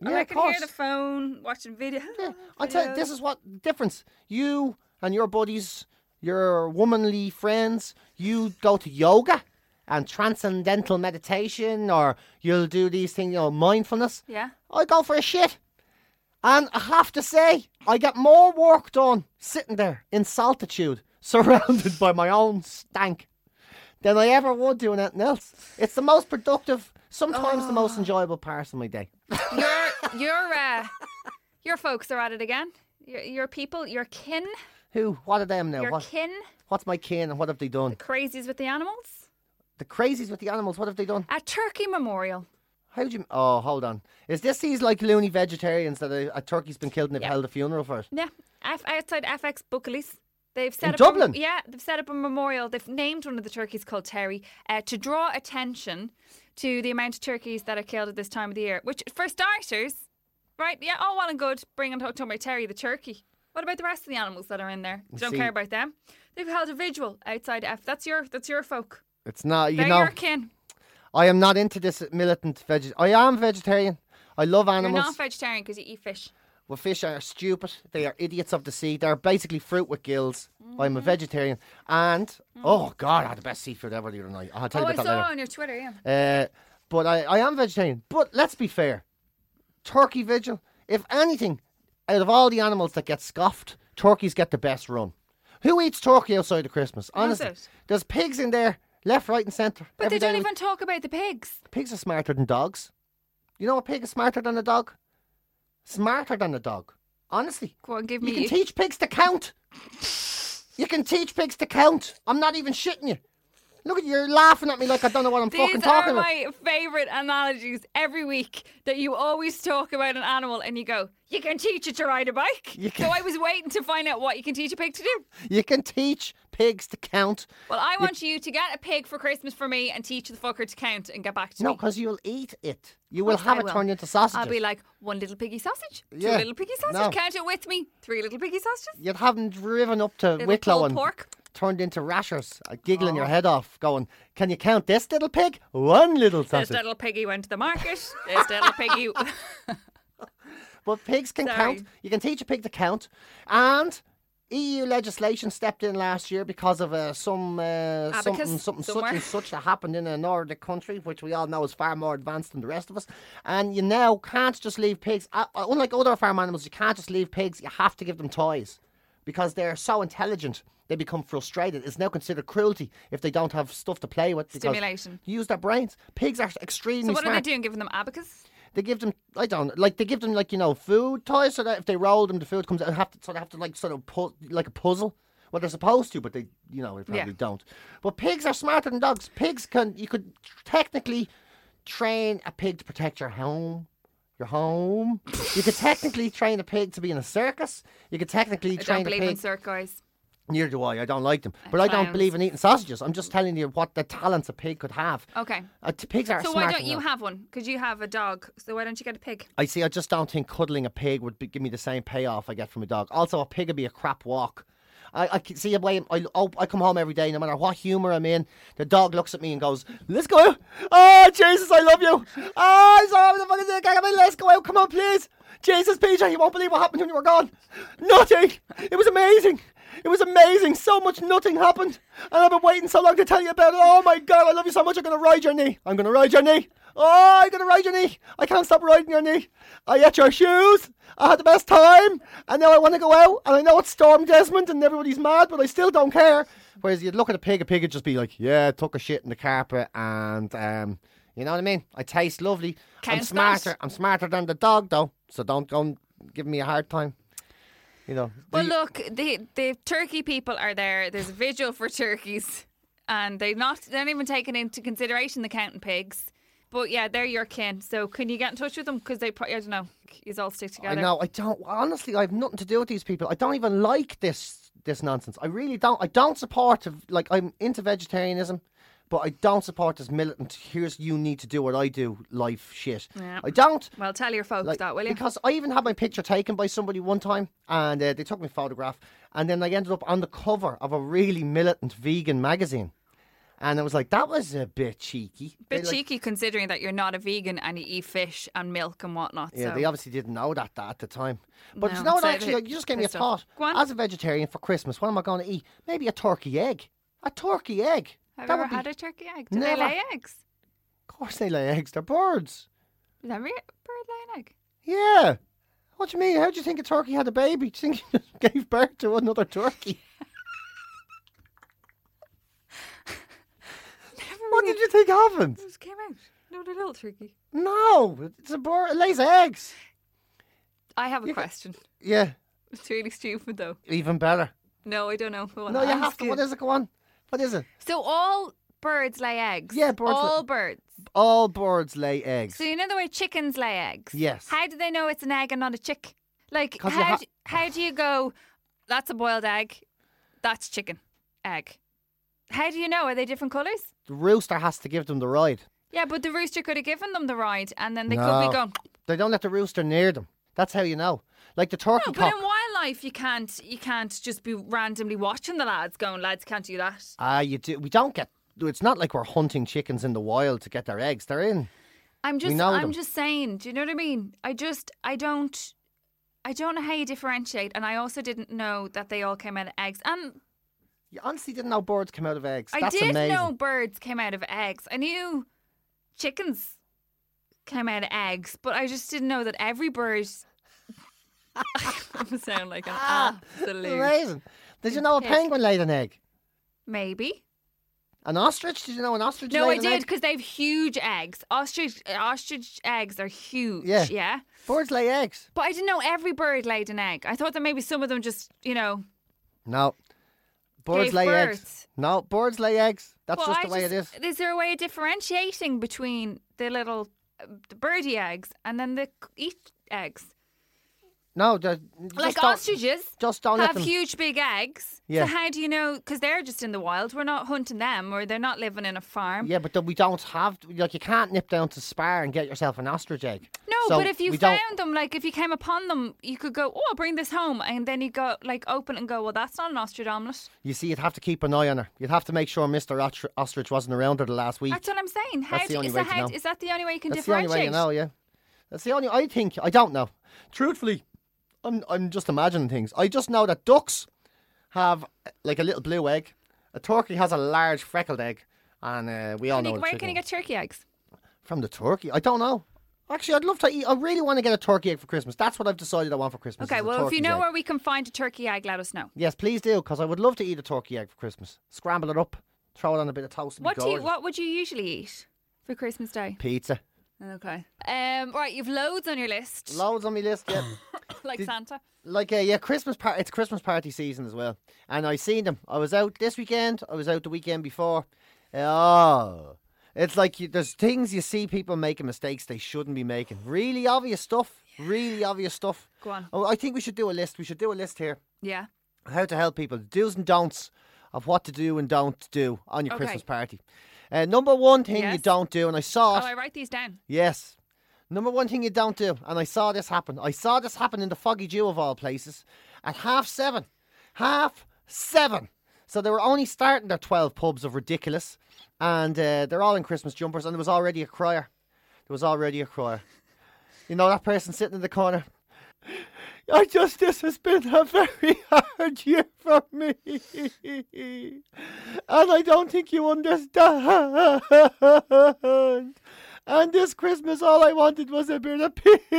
Speaker 4: And
Speaker 3: Yeah,
Speaker 4: I
Speaker 3: of
Speaker 4: can hear
Speaker 3: course.
Speaker 4: the phone, watching video.
Speaker 3: Yeah, I tell you,
Speaker 4: Hello.
Speaker 3: this is what difference. You and your buddies, your womanly friends, you go to yoga and transcendental meditation, or you'll do these things, you know, mindfulness.
Speaker 4: Yeah.
Speaker 3: I go for a shit. And I have to say, I get more work done sitting there in solitude, surrounded by my own stank, than I ever would doing anything else. It's the most productive, sometimes the
Speaker 4: Ah.
Speaker 3: most enjoyable part of my day.
Speaker 4: your your uh, your folks are at it again. Your, your people, your kin,
Speaker 3: Who? What are them now?
Speaker 4: your
Speaker 3: What,
Speaker 4: kin,
Speaker 3: what's my kin and what have they done?
Speaker 4: crazies with the animals.
Speaker 3: The crazies with the animals, what have they done?
Speaker 4: A turkey memorial.
Speaker 3: How do you. Oh, hold on. Is this these like loony vegetarians that a, a turkey's been killed and they've held a funeral for it?
Speaker 4: Yeah, F- outside FX Buckley's. They've set
Speaker 3: In
Speaker 4: up
Speaker 3: Dublin?
Speaker 4: A, yeah, they've set up a memorial. They've named one of the turkeys called Terry uh, to draw attention to the amount of turkeys that are killed at this time of the year. Which, for starters, right? Yeah, all well and good. Bringing talk to my Terry the turkey. What about the rest of the animals that are in there? Don't
Speaker 3: See-
Speaker 4: care about them. They've held a vigil outside F. That's your that's your folk.
Speaker 3: It's not, you
Speaker 4: They're
Speaker 3: know.
Speaker 4: your kin.
Speaker 3: I am not into this militant veg. I am vegetarian. I love
Speaker 4: You're
Speaker 3: animals.
Speaker 4: not vegetarian because you eat fish.
Speaker 3: Well, fish are stupid. They are idiots of the sea. They're basically fruit with gills. I'm a
Speaker 4: Mm.
Speaker 3: vegetarian. And, oh, God, I had the best seafood ever the other night. I'll tell
Speaker 4: Oh,
Speaker 3: you
Speaker 4: I
Speaker 3: about
Speaker 4: saw
Speaker 3: that later.
Speaker 4: on your Twitter. Yeah.
Speaker 3: Uh, but I, I am vegetarian. But let's be fair. Turkey vigil. If anything, out of all the animals that get scoffed, turkeys get the best run. Who eats turkey outside of Christmas? Honestly,
Speaker 4: it?
Speaker 3: there's pigs in there, left, right, and centre.
Speaker 4: But
Speaker 3: every
Speaker 4: they
Speaker 3: day of
Speaker 4: don't
Speaker 3: the
Speaker 4: even talk about the pigs.
Speaker 3: Pigs are smarter than dogs. You know a pig is smarter than a dog? Smarter than a dog. Honestly.
Speaker 4: Go on, give
Speaker 3: You
Speaker 4: me.
Speaker 3: can teach pigs to count. You can teach pigs to count. I'm not even shitting you. Look at you, you're laughing at me like I don't know what I'm fucking
Speaker 4: These
Speaker 3: talking
Speaker 4: are
Speaker 3: about.
Speaker 4: my favourite analogies every week that you always talk about an animal and you go, you can teach it to ride a bike.
Speaker 3: You
Speaker 4: So
Speaker 3: can-
Speaker 4: I was waiting to find out what you can teach a pig to do.
Speaker 3: You can teach pigs to count.
Speaker 4: Well, I want you to get a pig for Christmas for me and teach the fucker to count and get back to
Speaker 3: No,
Speaker 4: me.
Speaker 3: because you'll eat it. You will
Speaker 4: course
Speaker 3: have
Speaker 4: I
Speaker 3: it
Speaker 4: will.
Speaker 3: turned into sausage.
Speaker 4: I'll be like, one little piggy sausage, two
Speaker 3: Yeah.
Speaker 4: little piggy sausage,
Speaker 3: No.
Speaker 4: count it with me, three little piggy sausages,
Speaker 3: You'd have them driven up to
Speaker 4: little
Speaker 3: Wicklow
Speaker 4: pulled
Speaker 3: and
Speaker 4: pork. Oh.
Speaker 3: turned into rashers, uh, giggling your head off, going, Can you count this little pig? One little
Speaker 4: This
Speaker 3: sausage.
Speaker 4: little piggy went to the market. This little piggy.
Speaker 3: But pigs can
Speaker 4: Sorry.
Speaker 3: count. You can teach a pig to count. And EU legislation stepped in last year because of uh, some uh,
Speaker 4: Abacus
Speaker 3: something, something such
Speaker 4: somewhere.
Speaker 3: and such that happened in a Nordic country, which we all know is far more advanced than the rest of us. And you now can't just leave pigs. Uh, uh, unlike other farm animals, you can't just leave pigs. You have to give them toys because they're so intelligent. They become frustrated. It's now considered cruelty if they don't have stuff to play with. because
Speaker 4: Stimulation.
Speaker 3: You use their brains. Pigs are extremely
Speaker 4: So what are
Speaker 3: smart
Speaker 4: they doing? Giving them abacus?
Speaker 3: they give them I don't like they give them like you know food toys so that if they roll them the food comes out have to sort of have to like sort of pu- like a puzzle. Well, they're supposed to, but they you know they probably
Speaker 4: Yeah.
Speaker 3: don't. But pigs are smarter than dogs. Pigs can you could technically train a pig to protect your home. Your home. you could technically train a pig to be in a circus. You could technically
Speaker 4: I
Speaker 3: train
Speaker 4: don't
Speaker 3: a
Speaker 4: believe
Speaker 3: pig.
Speaker 4: in circus.
Speaker 3: Neither do I. I don't like them. But I don't
Speaker 4: clowns.
Speaker 3: believe in eating sausages. I'm just telling you what the talents a pig could have.
Speaker 4: Okay.
Speaker 3: Uh, t- pigs are
Speaker 4: Oh. So
Speaker 3: smarter
Speaker 4: why don't
Speaker 3: than
Speaker 4: you
Speaker 3: us.
Speaker 4: have one? Because you have a dog. So why don't you get a pig?
Speaker 3: I see. I just don't think cuddling a pig would be, give me the same payoff I get from a dog. Also, a pig would be a crap walk. I, I can see a way. I, oh, I come home every day, no matter what humour I'm in. The dog looks at me and goes, "Let's go out." Oh, Jesus, I love you. Oh, sorry, I'm the fucking dick. I mean, let's go out. Come on, please. Jesus, Peter, you won't believe what happened when you were gone. Nothing. It was amazing. It was amazing. So much nothing happened, and I've been waiting so long to tell you about it. Oh my God, I love you so much. I'm gonna ride your knee. I'm gonna ride your knee. Oh, I'm gonna ride your knee. I can't stop riding your knee. I ate your shoes. I had the best time. And now I want to go out. And I know it's Storm Desmond and everybody's mad, but I still don't care. Whereas you'd look at a pig, a pig would just be like, yeah, I took a shit in the carpet. And, um, you know what I mean? I taste lovely. I'm
Speaker 4: Counts that.
Speaker 3: smarter. I'm smarter than the dog, though. So don't go and give me a hard time. You know.
Speaker 4: Well,
Speaker 3: The-
Speaker 4: look, the the turkey people are there. There's a vigil for turkeys, and they're not they're not even taking into consideration the counting pigs. But yeah, they're your kin. So can you get in touch with them? Because they, pro- I don't know, you all stick
Speaker 3: I
Speaker 4: together.
Speaker 3: know. I don't. Honestly, I have nothing to do with these people. I don't even like this this nonsense. I really don't. I don't support. of- Like I'm into vegetarianism, but I don't support this militant. Here's you need to do what I do. Life shit.
Speaker 4: Yeah.
Speaker 3: I don't.
Speaker 4: Well, tell your folks
Speaker 3: Like,
Speaker 4: that, will you?
Speaker 3: Because I even had my picture taken by somebody one time, and uh, they took my photograph, and then I ended up on the cover of a really militant vegan magazine, and I was like, that was a bit cheeky.
Speaker 4: Bit
Speaker 3: They, like,
Speaker 4: cheeky considering that you're not a vegan and you eat fish and milk and whatnot.
Speaker 3: Yeah,
Speaker 4: so.
Speaker 3: they obviously didn't know that, that at the time. But
Speaker 4: No,
Speaker 3: you know what?
Speaker 4: so
Speaker 3: Actually,
Speaker 4: they-
Speaker 3: you just gave me a
Speaker 4: pissed off.
Speaker 3: thought.
Speaker 4: Go on.
Speaker 3: As a vegetarian for Christmas, what am I going to eat? Maybe a turkey egg. A turkey egg.
Speaker 4: Have
Speaker 3: that
Speaker 4: you ever
Speaker 3: would be.
Speaker 4: had a turkey egg? Do
Speaker 3: Never.
Speaker 4: they lay eggs?
Speaker 3: Of course, they lay eggs. They're birds.
Speaker 4: Never eat a bird lay an egg.
Speaker 3: Yeah. What do you mean? How do you think a turkey had a baby? Do you think it just gave birth to another turkey? What did you think happened?
Speaker 4: It just came out. Not a little turkey.
Speaker 3: No, it's a bird. It lays eggs.
Speaker 4: I have a question.
Speaker 3: Yeah,
Speaker 4: It's really stupid though.
Speaker 3: even better.
Speaker 4: No, I don't know. I wanna
Speaker 3: No, you
Speaker 4: ask
Speaker 3: have to.
Speaker 4: you.
Speaker 3: What is it? Go on. What is it?
Speaker 4: So all birds lay eggs.
Speaker 3: Yeah, birds lay-
Speaker 4: All birds.
Speaker 3: All birds lay eggs.
Speaker 4: So you know the way chickens lay eggs.
Speaker 3: Yes.
Speaker 4: How do they know it's an egg and not a chick? Like
Speaker 3: 'Cause
Speaker 4: how
Speaker 3: you ha-
Speaker 4: do, how do you go? That's a boiled egg. That's chicken egg. How do you know? Are they different colours?
Speaker 3: The rooster has to give them the ride.
Speaker 4: Yeah, but the rooster could have given them the ride, and then they could
Speaker 3: No.
Speaker 4: be gone.
Speaker 3: They don't let the rooster near them. That's how you know. Like the turkey
Speaker 4: No,
Speaker 3: cock.
Speaker 4: but in wildlife, you can't you can't just be randomly watching the lads going. Lads can't do that.
Speaker 3: Ah, you do. We don't get. It's not like we're hunting chickens in the wild to get their eggs. They're in.
Speaker 4: I'm just
Speaker 3: know
Speaker 4: I'm
Speaker 3: them.
Speaker 4: just saying, do you know what I mean? I just I don't I don't know how you differentiate and I also didn't know that they all came out of eggs. And
Speaker 3: You honestly didn't know birds come out of eggs. That's
Speaker 4: I did
Speaker 3: amazing.
Speaker 4: know birds came out of eggs. I knew chickens came out of eggs, but I just didn't know that every bird I sound like an
Speaker 3: Ah,
Speaker 4: absolute
Speaker 3: Amazing. Did you know a
Speaker 4: Pig.
Speaker 3: penguin laid an egg?
Speaker 4: maybe.
Speaker 3: An ostrich? Did you know an ostrich
Speaker 4: No, I
Speaker 3: laid an
Speaker 4: did
Speaker 3: egg?
Speaker 4: because they have huge eggs. Ostrich ostrich eggs are huge.
Speaker 3: Yeah.
Speaker 4: yeah?
Speaker 3: Birds lay eggs.
Speaker 4: But I didn't know every bird laid an egg. I thought that maybe some of them just, you know.
Speaker 3: No. Birds
Speaker 4: Gave
Speaker 3: lay eggs.
Speaker 4: birth.
Speaker 3: No, birds lay eggs. That's
Speaker 4: Well,
Speaker 3: just
Speaker 4: I
Speaker 3: the way it is.
Speaker 4: Is there a way of differentiating between the little uh, the birdie eggs and then the c- eat eggs?
Speaker 3: No, they're- you just
Speaker 4: Like
Speaker 3: don't-
Speaker 4: ostriches
Speaker 3: Just don't let
Speaker 4: have
Speaker 3: them.
Speaker 4: huge big eggs.
Speaker 3: Yeah.
Speaker 4: So how do you know? Because they're just in the wild. We're not hunting them, or they're not living in a farm.
Speaker 3: Yeah, but then we don't have like you can't nip down to Spar and get yourself an ostrich egg.
Speaker 4: No,
Speaker 3: So
Speaker 4: but if you
Speaker 3: we
Speaker 4: found
Speaker 3: don't-
Speaker 4: them, like if you came upon them, you could go, "Oh, I'll bring this home," and then you go like open it and go, "Well, that's not an ostrich omelette."
Speaker 3: you see, you'd have to keep an eye on her. You'd have to make sure Mister Ostr- Ostrich wasn't around her the last week.
Speaker 4: That's what I'm saying. How
Speaker 3: That's the
Speaker 4: do,
Speaker 3: only
Speaker 4: is,
Speaker 3: way
Speaker 4: that
Speaker 3: to
Speaker 4: how,
Speaker 3: know.
Speaker 4: is that the only way you can
Speaker 3: That's the only
Speaker 4: differentiate?
Speaker 3: way you know, yeah. That's the only. I think I don't know. Truthfully, I'm I'm just imagining things. I just know that ducks have uh, like a little blue egg. A turkey has a large freckled egg, and uh, we all
Speaker 4: Can
Speaker 3: know
Speaker 4: you,
Speaker 3: the
Speaker 4: where
Speaker 3: chicken
Speaker 4: can you
Speaker 3: is.
Speaker 4: get turkey eggs?
Speaker 3: From the turkey? I don't know. Actually, I'd love to eat. I really want to get a turkey egg for Christmas. That's what I've decided I want for Christmas.
Speaker 4: Okay,
Speaker 3: is a
Speaker 4: well, if you
Speaker 3: turkey's
Speaker 4: know
Speaker 3: egg.
Speaker 4: where we can find a turkey egg, let us know.
Speaker 3: Yes, please do, because I would love to eat a turkey egg for Christmas. Scramble it up, throw it on a bit of toast. it'd be
Speaker 4: What do you,
Speaker 3: gorgeous.
Speaker 4: what would you usually eat for Christmas Day?
Speaker 3: Pizza.
Speaker 4: Okay. Um, right, you've loads on your list,
Speaker 3: Loads on my list, yeah.
Speaker 4: like Santa.
Speaker 3: like, uh, yeah, Christmas par- it's Christmas party season as well. And I seen them. I was out this weekend, I was out the weekend before. Oh. It's like you, there's things you see people making mistakes they shouldn't be making. Really obvious stuff. Really obvious stuff.
Speaker 4: Go on.
Speaker 3: Oh, I think we should do a list. We should do a list here.
Speaker 4: Yeah.
Speaker 3: how to help people, do's and don'ts of what to do and don't do on your
Speaker 4: Okay.
Speaker 3: Christmas party. Uh, number one thing you
Speaker 4: Yes.
Speaker 3: don't do, and I saw
Speaker 4: Oh,
Speaker 3: it.
Speaker 4: I write these down.
Speaker 3: Yes. Number one thing you don't do, and I saw this happen. I saw this happen in the Foggy Dew of all places at half seven. Half seven. So they were only starting their 12 pubs of ridiculous, and uh, they're all in Christmas jumpers, and there was already a crier. There was already a crier. You know that person sitting in the corner? I just, this has been a very hard year for me. And I don't think you understand. And this Christmas, all I wanted was a bit of peace.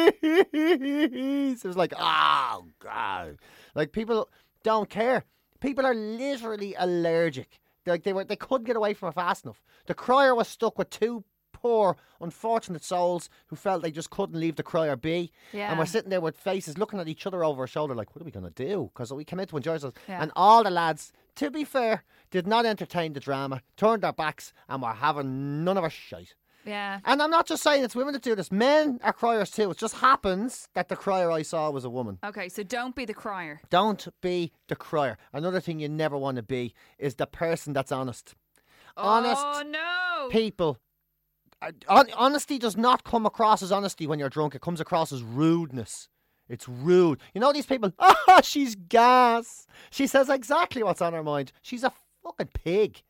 Speaker 3: It was like, oh, God. Like, people don't care. People are literally allergic. Like, they were, they couldn't get away from it fast enough. The crier was stuck with two poor, unfortunate souls who felt they just couldn't leave the crier be. And
Speaker 4: Yeah.
Speaker 3: we're sitting there with faces looking at each other over our shoulder, like, what are we going to do? Because we came in to enjoy ourselves.
Speaker 4: Yeah.
Speaker 3: And all the lads, to be fair, did not entertain the drama, turned their backs, and were having none of our shite.
Speaker 4: Yeah.
Speaker 3: And I'm not just saying it's women that do this, men are criers too. It just happens that the crier I saw was a woman.
Speaker 4: Okay, so don't be the crier.
Speaker 3: Don't be the crier. Another thing you never want to be is the person that's honest.
Speaker 4: Oh
Speaker 3: Honest
Speaker 4: no.
Speaker 3: people. uh, hon- Honesty does not come across as honesty when you're drunk. It comes across as rudeness. It's rude. You know these people. Ah, she's gas. She says exactly what's on her mind. She's a fucking pig.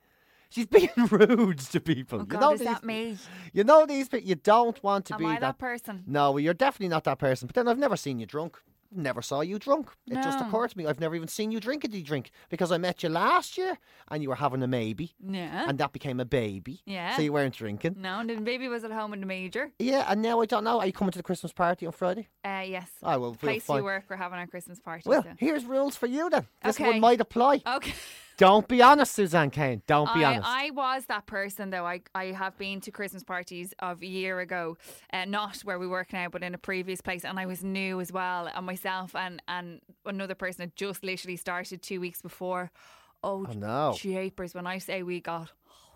Speaker 3: She's being rude to people.
Speaker 4: oh
Speaker 3: you
Speaker 4: God,
Speaker 3: know
Speaker 4: is
Speaker 3: these,
Speaker 4: that me?
Speaker 3: You know these people. You don't want to
Speaker 4: Am
Speaker 3: be
Speaker 4: I that,
Speaker 3: that
Speaker 4: person?
Speaker 3: no, well, you're definitely not that person. But then I've never seen you drunk. Never saw you drunk. It just
Speaker 4: No.
Speaker 3: occurred to me. I've never even seen you drink a drink because I met you last year and you were having a maybe
Speaker 4: Yeah.
Speaker 3: and that became a baby.
Speaker 4: Yeah. Mm.
Speaker 3: So you weren't drinking.
Speaker 4: No, and the baby was at home in the major.
Speaker 3: Yeah, and now I don't know. Are you coming to the Christmas party on Friday?
Speaker 4: Uh, yes.
Speaker 3: Oh, well, we'll
Speaker 4: place
Speaker 3: find-
Speaker 4: you work, we're having our Christmas party.
Speaker 3: Well,
Speaker 4: so-
Speaker 3: here's rules for you then. This
Speaker 4: uh, Okay.
Speaker 3: one might apply.
Speaker 4: Okay.
Speaker 3: Don't be honest, Suzanne Kane. Don't be
Speaker 4: I,
Speaker 3: honest.
Speaker 4: I was that person though. I, I have been to Christmas parties of a year ago, uh, not where we work now, but in a previous place, and I was new as well. And myself and and another person had just literally started two weeks before. Oh,
Speaker 3: Oh, no.
Speaker 4: japers! When I say we got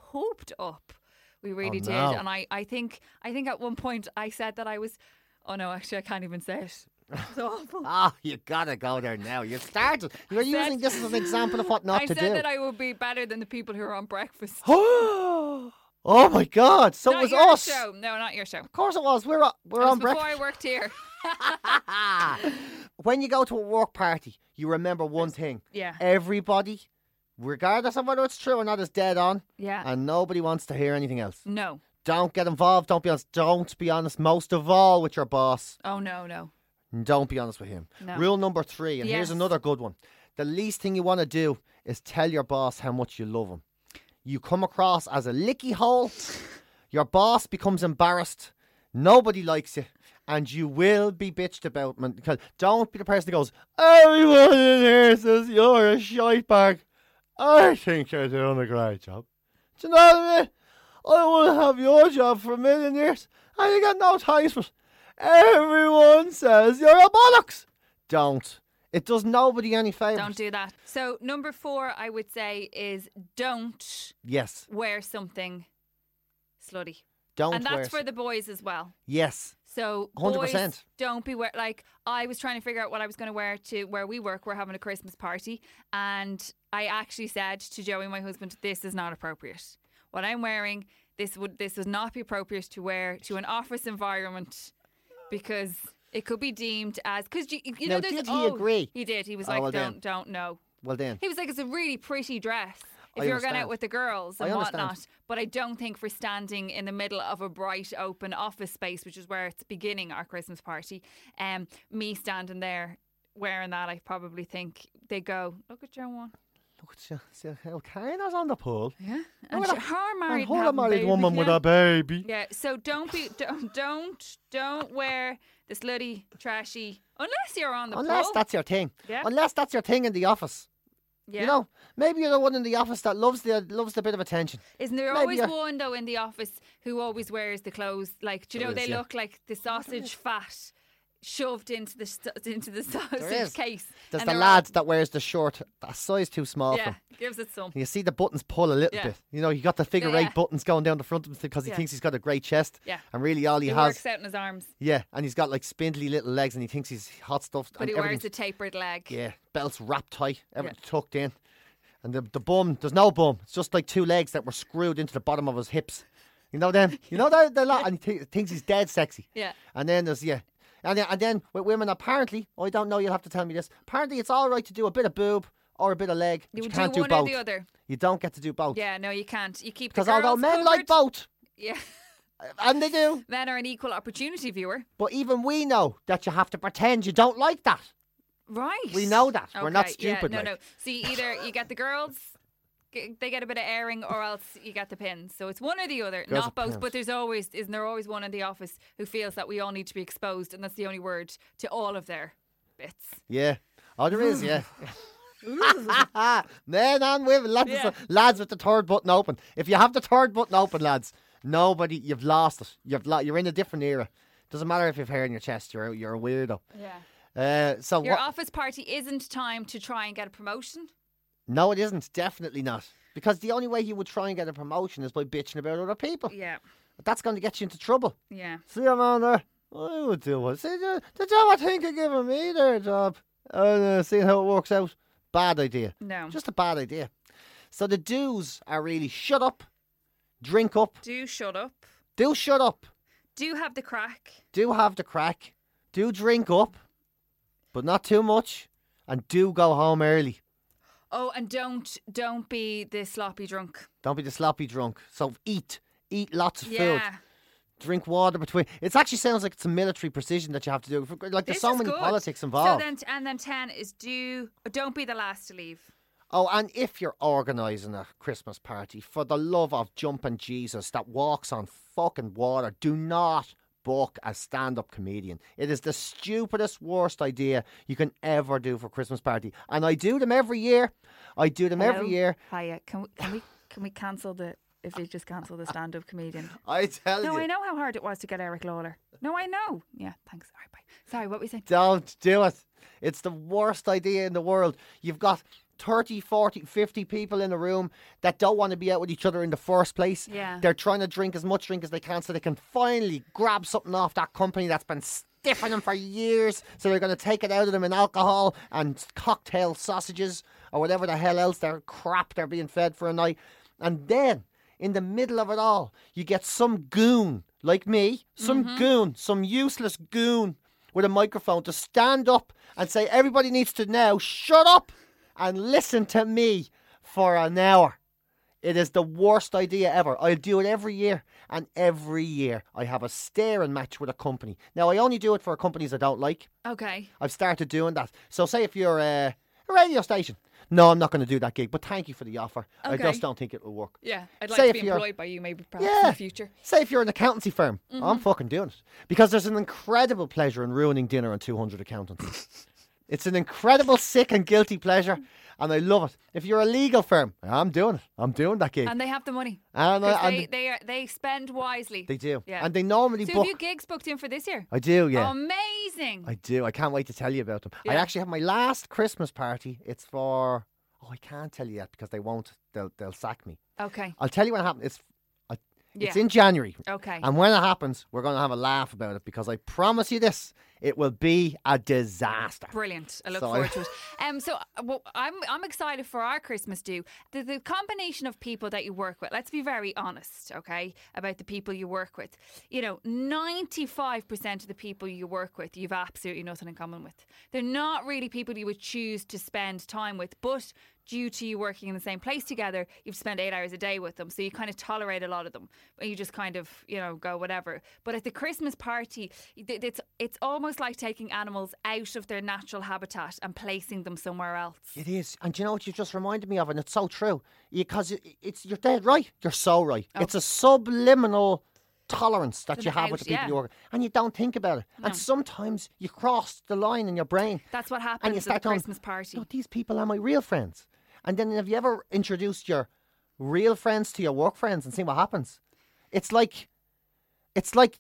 Speaker 4: hooped up, we really did.
Speaker 3: Oh, no.
Speaker 4: And I I think I think at one point I said that I was. Oh no, actually I can't even say it. It's awful.
Speaker 3: Ah, you gotta go there now. You started. You're
Speaker 4: said-
Speaker 3: using this as an example of what not
Speaker 4: I
Speaker 3: to
Speaker 4: said
Speaker 3: do.
Speaker 4: that I would be better than the people who are on breakfast.
Speaker 3: oh my God! So
Speaker 4: not
Speaker 3: it was
Speaker 4: your
Speaker 3: us.
Speaker 4: show. No, not your show.
Speaker 3: Of course it was. We're on, we're
Speaker 4: It was
Speaker 3: on
Speaker 4: before
Speaker 3: breakfast.
Speaker 4: I worked here.
Speaker 3: when you go to a work party, you remember one thing.
Speaker 4: yeah.
Speaker 3: Everybody, regardless of whether it's true or not, is dead on,
Speaker 4: Yeah.
Speaker 3: and nobody wants to hear anything else.
Speaker 4: no.
Speaker 3: Don't get involved. Don't be honest. Don't be honest. Most of all with your boss.
Speaker 4: Oh no, no.
Speaker 3: Don't be honest with him.
Speaker 4: No.
Speaker 3: Rule number three, and here's
Speaker 4: Yes.
Speaker 3: another good one. The least thing you want to do is tell your boss how much you love him. You come across as a licky hole. Your boss becomes embarrassed. Nobody likes you, and you will be bitched about. Man, because don't be the person that goes, "Everyone in here says you're a shite bag." I think you're doing a great job. Do you know what I mean? I want to have your job for a million years. I ain't got no time for it. Everyone says you're a bollocks. Don't. It does nobody any favours.
Speaker 4: Don't do that. So number four I would say is don't
Speaker 3: Yes.
Speaker 4: wear something slutty.
Speaker 3: Don't
Speaker 4: and
Speaker 3: wear
Speaker 4: that's for
Speaker 3: s-
Speaker 4: the boys as well.
Speaker 3: Yes.
Speaker 4: So
Speaker 3: 100%.
Speaker 4: boys don't be wear like I was trying to figure out what I was going to wear to where we work. We're having a Christmas party, and I actually said to Joey, my husband, "This is not appropriate. What I'm wearing, this would this would not be appropriate to wear to an office environment, because it could be deemed as because you, you
Speaker 3: Now,
Speaker 4: know." there's-
Speaker 3: did he
Speaker 4: oh,
Speaker 3: agree?
Speaker 4: He did. He was
Speaker 3: Oh,
Speaker 4: like,
Speaker 3: well then.
Speaker 4: "Don't, don't know."
Speaker 3: Well then.
Speaker 4: He was like, "It's a really pretty dress." If
Speaker 3: I
Speaker 4: you're going
Speaker 3: understand.
Speaker 4: out with the girls
Speaker 3: I
Speaker 4: and
Speaker 3: understand.
Speaker 4: whatnot, but I don't think for standing in the middle of a bright open office space, which is where it's beginning our Christmas party, um, me standing there wearing that, I probably think they go, look at your one.
Speaker 3: Look at you. See how kind that's on the pole.
Speaker 4: Yeah. And
Speaker 3: at
Speaker 4: she,
Speaker 3: that.
Speaker 4: her
Speaker 3: And
Speaker 4: married, and
Speaker 3: hold a
Speaker 4: having
Speaker 3: married
Speaker 4: babies,
Speaker 3: woman
Speaker 4: yeah.
Speaker 3: with a baby.
Speaker 4: Yeah, so don't be don't don't don't wear the slutty, trashy unless you're on the
Speaker 3: Unless
Speaker 4: pole.
Speaker 3: that's your thing.
Speaker 4: Yeah.
Speaker 3: Unless that's your thing in the office.
Speaker 4: yeah.
Speaker 3: You know, maybe you're the one in the office that loves the loves the bit of attention.
Speaker 4: Isn't there
Speaker 3: Maybe
Speaker 4: always
Speaker 3: a-
Speaker 4: one though in the office who always wears the clothes like do you
Speaker 3: There
Speaker 4: know
Speaker 3: is,
Speaker 4: they
Speaker 3: yeah.
Speaker 4: look like the sausage fat shoved into the st- into the
Speaker 3: is.
Speaker 4: sausage case.
Speaker 3: There's
Speaker 4: and
Speaker 3: the
Speaker 4: they're
Speaker 3: lad
Speaker 4: all-
Speaker 3: that wears the short a size too small for
Speaker 4: Yeah,
Speaker 3: him.
Speaker 4: gives it some.
Speaker 3: And you see the buttons pull a little
Speaker 4: Yeah.
Speaker 3: bit. You know, you got the figure
Speaker 4: Yeah.
Speaker 3: eight buttons going down the front of him because he
Speaker 4: Yeah.
Speaker 3: thinks he's got a great chest.
Speaker 4: Yeah.
Speaker 3: And really all he,
Speaker 4: He
Speaker 3: has
Speaker 4: works out in his arms,
Speaker 3: Yeah. And he's got like spindly little legs and he thinks he's hot stuff.
Speaker 4: but
Speaker 3: and
Speaker 4: he wears
Speaker 3: everything's-
Speaker 4: a tapered leg.
Speaker 3: Yeah, uh, belts wrapped tight, everything tucked in. And the, the bum, there's no bum. It's just like two legs that were screwed into the bottom of his hips. You know them? You know that the lot and he thi- thinks he's dead sexy.
Speaker 4: Yeah.
Speaker 3: And then there's yeah. And then, and then with women apparently, I don't know, you'll have to tell me this. Apparently it's all right to do a bit of boob or a bit of leg. but
Speaker 4: You
Speaker 3: you
Speaker 4: do
Speaker 3: can't
Speaker 4: one
Speaker 3: both.
Speaker 4: or the other.
Speaker 3: You don't get to do both.
Speaker 4: Yeah, no, you can't. You keep the
Speaker 3: Because although
Speaker 4: girls
Speaker 3: men like
Speaker 4: covered-
Speaker 3: both,
Speaker 4: yeah,
Speaker 3: and they do,
Speaker 4: men are an equal opportunity viewer,
Speaker 3: but even we know that you have to pretend you don't like that.
Speaker 4: right?
Speaker 3: We know that. We're not
Speaker 4: Okay,
Speaker 3: stupid,
Speaker 4: Yeah, no,
Speaker 3: like.
Speaker 4: no. So you either you get the girls, g- they get a bit of airing, or else you get the pins. So it's one or the other,
Speaker 3: Girls
Speaker 4: not
Speaker 3: are
Speaker 4: both.
Speaker 3: pins.
Speaker 4: But there's always isn't there always one in the office who feels that we all need to be exposed, and that's the only word to all of their bits.
Speaker 3: Yeah. Oh, there is, yeah. Men and women, lads,
Speaker 4: Yeah.
Speaker 3: lads with the third button open. If you have the third button open, lads, nobody, you've lost it. You've lo- you're in a different era. Doesn't matter if you've hair in your chest, you're a, you're a weirdo.
Speaker 4: Yeah.
Speaker 3: Uh, so
Speaker 4: Your
Speaker 3: what?
Speaker 4: office party isn't time to try and get a promotion.
Speaker 3: No, it isn't. Definitely not. Because the only way you would try and get a promotion is by bitching about other people.
Speaker 4: Yeah.
Speaker 3: That's going to get you into trouble.
Speaker 4: Yeah.
Speaker 3: See, I'm on there. I would do one. See, the the job I think of giving me their job. And uh, see how it works out. Bad idea.
Speaker 4: No.
Speaker 3: Just a bad idea. So the do's are really shut up, drink up,
Speaker 4: Do shut up.
Speaker 3: do shut up,
Speaker 4: Do have the crack.
Speaker 3: do have the crack, do drink up, but not too much, and do go home early.
Speaker 4: Oh, and don't don't be the sloppy drunk.
Speaker 3: Don't be the sloppy drunk. So eat, eat lots of food,
Speaker 4: Yeah.
Speaker 3: drink water between. It actually sounds like it's a military precision that you have to do. Like there's
Speaker 4: This
Speaker 3: so
Speaker 4: is
Speaker 3: many
Speaker 4: good.
Speaker 3: politics involved.
Speaker 4: So then, and then ten is do. Don't be the last to leave.
Speaker 3: Oh, and if you're organising a Christmas party, for the love of jumping Jesus that walks on fucking water, do not book a stand up comedian. It is the stupidest, worst idea you can ever do for Christmas party. And I do them every year. I do them every year.
Speaker 4: Hiya. Can we can we can we cancel the if you just cancel the stand up comedian?
Speaker 3: I tell
Speaker 4: No,
Speaker 3: you.
Speaker 4: I know how hard it was to get Eric Lawler. No, I know. Yeah, thanks. All right, bye. Sorry, what were we saying?
Speaker 3: Don't do it. It's the worst idea in the world. You've got 30, 40, 50 people in a room that don't want to be out with each other in the first place.
Speaker 4: Yeah.
Speaker 3: They're trying to drink as much drink as they can so they can finally grab something off that company that's been stiffing them for years. So they're going to take it out of them in alcohol and cocktail sausages or whatever the hell else their crap they're being fed for a night. And then in the middle of it all, you get some goon like me, some goon, some useless goon with a microphone to stand up and say, Everybody needs to now shut up and listen to me for an hour. It is the worst idea ever. I do it every year, and every year I have a staring match with a company. Now, I only do it for companies I don't like.
Speaker 4: Okay.
Speaker 3: I've started doing that. So, say if you're uh, a radio station. No, I'm not going to do that gig, but thank you for the offer. I
Speaker 4: Okay.
Speaker 3: just don't think it will work.
Speaker 4: Yeah, I'd like
Speaker 3: Say
Speaker 4: to
Speaker 3: if
Speaker 4: be
Speaker 3: you're-
Speaker 4: employed by you, maybe perhaps in the future. Mm-hmm.
Speaker 3: Say if you're an accountancy firm, I'm fucking doing it because there's an incredible pleasure in ruining dinner on 200 accountants. it's an incredible sick and guilty pleasure, and I love it. If you're a legal firm, I'm doing it. I'm doing that gig,
Speaker 4: And they have the money.
Speaker 3: And I-
Speaker 4: 'Cause
Speaker 3: and-
Speaker 4: they they, are, they spend wisely.
Speaker 3: they do,
Speaker 4: Yeah.
Speaker 3: and they normally
Speaker 4: so
Speaker 3: book.
Speaker 4: have you gigs booked in for this year?
Speaker 3: I do, yeah.
Speaker 4: Amazing.
Speaker 3: I do. I can't wait to tell you about them. I
Speaker 4: Yeah.
Speaker 3: actually have my last Christmas party. It's for. Oh, I can't tell you yet because they won't. They'll they'll sack me.
Speaker 4: okay.
Speaker 3: I'll tell you when it happens. It's I, it's
Speaker 4: Yeah.
Speaker 3: in January.
Speaker 4: Okay.
Speaker 3: And when it happens, we're going to have a laugh about it because I promise you this: it will be a disaster.
Speaker 4: Brilliant. I look
Speaker 3: So I-
Speaker 4: forward to it. Um, so uh, well, I'm I'm excited for our Christmas do. The, the combination of people that you work with, let's be very honest, okay, about the people you work with. You know, 95% of the people you work with, you've absolutely nothing in common with. They're not really people you would choose to spend time with, but due to you working in the same place together, you've spent eight hours a day with them. So you kind of tolerate a lot of them. And you just kind of, you know, go whatever. But at the Christmas party, th- it's, it's almost like taking animals out of their natural habitat and placing them somewhere else.
Speaker 3: It is. And do you know what you just reminded me of? And it's so true. Because it, it's you're dead right. You're so right. It's a subliminal tolerance that you have with the
Speaker 4: Without-
Speaker 3: people
Speaker 4: yeah.
Speaker 3: you work and you don't think about it. And sometimes you cross the line in your brain.
Speaker 4: That's what
Speaker 3: and you
Speaker 4: happens
Speaker 3: start
Speaker 4: at the
Speaker 3: going, "Oh,
Speaker 4: Christmas party.
Speaker 3: No, these people are my real friends. And then have you ever introduced your real friends to your work friends and see what happens? It's like it's like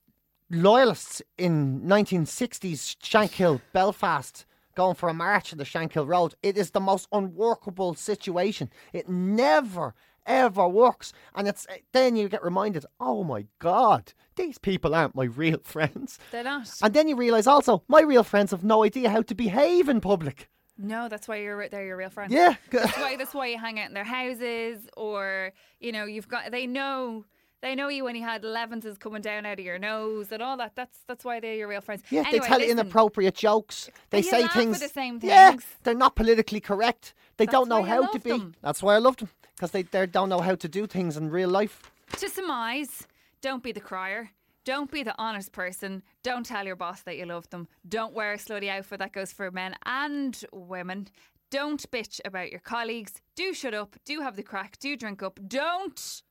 Speaker 3: loyalists in 1960s Shankill Belfast going for a march in the Shankill Road. It is the most unworkable situation. It never ever works and it's eh, then you get reminded oh my god these people aren't my real friends
Speaker 4: They're not.
Speaker 3: and then you realize also my real friends have no idea how to behave in public
Speaker 4: No, that's why you're they're your real friends.
Speaker 3: yeah
Speaker 4: That's why that's why you hang out in their houses, or you know, you've got they know they know you when you had levenses coming down out of your nose and all that. That's that's why they're your real friends.
Speaker 3: Yeah,
Speaker 4: anyway,
Speaker 3: they tell
Speaker 4: listen,
Speaker 3: inappropriate jokes. They
Speaker 4: And you
Speaker 3: say
Speaker 4: laugh at
Speaker 3: things.
Speaker 4: the same
Speaker 3: Yeah,
Speaker 4: things.
Speaker 3: they're not politically correct. They don't
Speaker 4: That's
Speaker 3: know
Speaker 4: why you
Speaker 3: how to
Speaker 4: love
Speaker 3: be.
Speaker 4: them.
Speaker 3: That's why I loved them because they they don't know how to do things in real life.
Speaker 4: To surmise, don't be the crier. Don't be the honest person. Don't tell your boss that you love them. Don't wear a slutty outfit that goes for men and women. Don't bitch about your colleagues. Do shut up. Do have the crack. Do drink up. Don't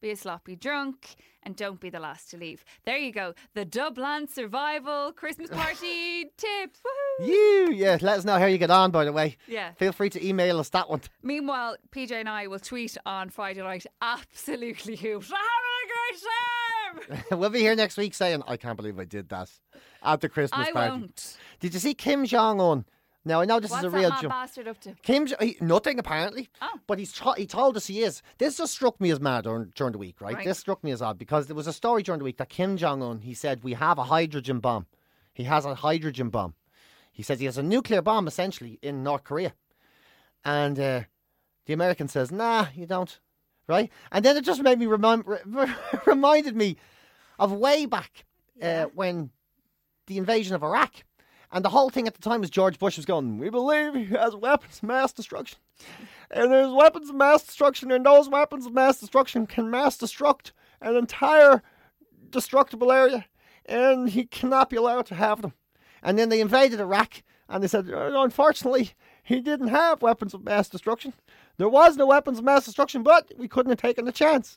Speaker 4: be a sloppy drunk. And don't be the last to leave. There you go. The Dublin Survival Christmas Party tips. Woohoo!
Speaker 3: You yeah. Let us know how you get on. By the way,
Speaker 4: Yeah.
Speaker 3: Feel free to email us that one.
Speaker 4: Meanwhile, PJ and I will tweet on Friday night absolutely hooped. Having a great time!
Speaker 3: we'll be here next week saying I can't believe I did that at the Christmas
Speaker 4: I
Speaker 3: party.
Speaker 4: won't.
Speaker 3: Did you see Kim Jong Un? Now I know this
Speaker 4: What's
Speaker 3: is a
Speaker 4: that
Speaker 3: real
Speaker 4: mad
Speaker 3: jump.
Speaker 4: bastard up to?
Speaker 3: Kim, Jo- he, nothing apparently.
Speaker 4: Oh.
Speaker 3: But he's tro- he told us he is. This just struck me as mad during, during the week, right?
Speaker 4: Right.
Speaker 3: This struck me as odd because there was a story during the week that Kim Jong Un he said we have a hydrogen bomb. He has a hydrogen bomb. He says he has a nuclear bomb essentially in North Korea, and uh, the American says, "Nah, you don't." Right? And then it just made me remem- re- reminded me of way back uh, when the invasion of Iraq. And the whole thing at the time was George Bush was going, We believe he has weapons of mass destruction. And there's weapons of mass destruction, and those weapons of mass destruction can mass destruct an entire destructible area, and he cannot be allowed to have them. And then they invaded Iraq, and they said, "Uh, unfortunately, he didn't have weapons of mass destruction. There was no weapons of mass destruction, but we couldn't have taken the chance.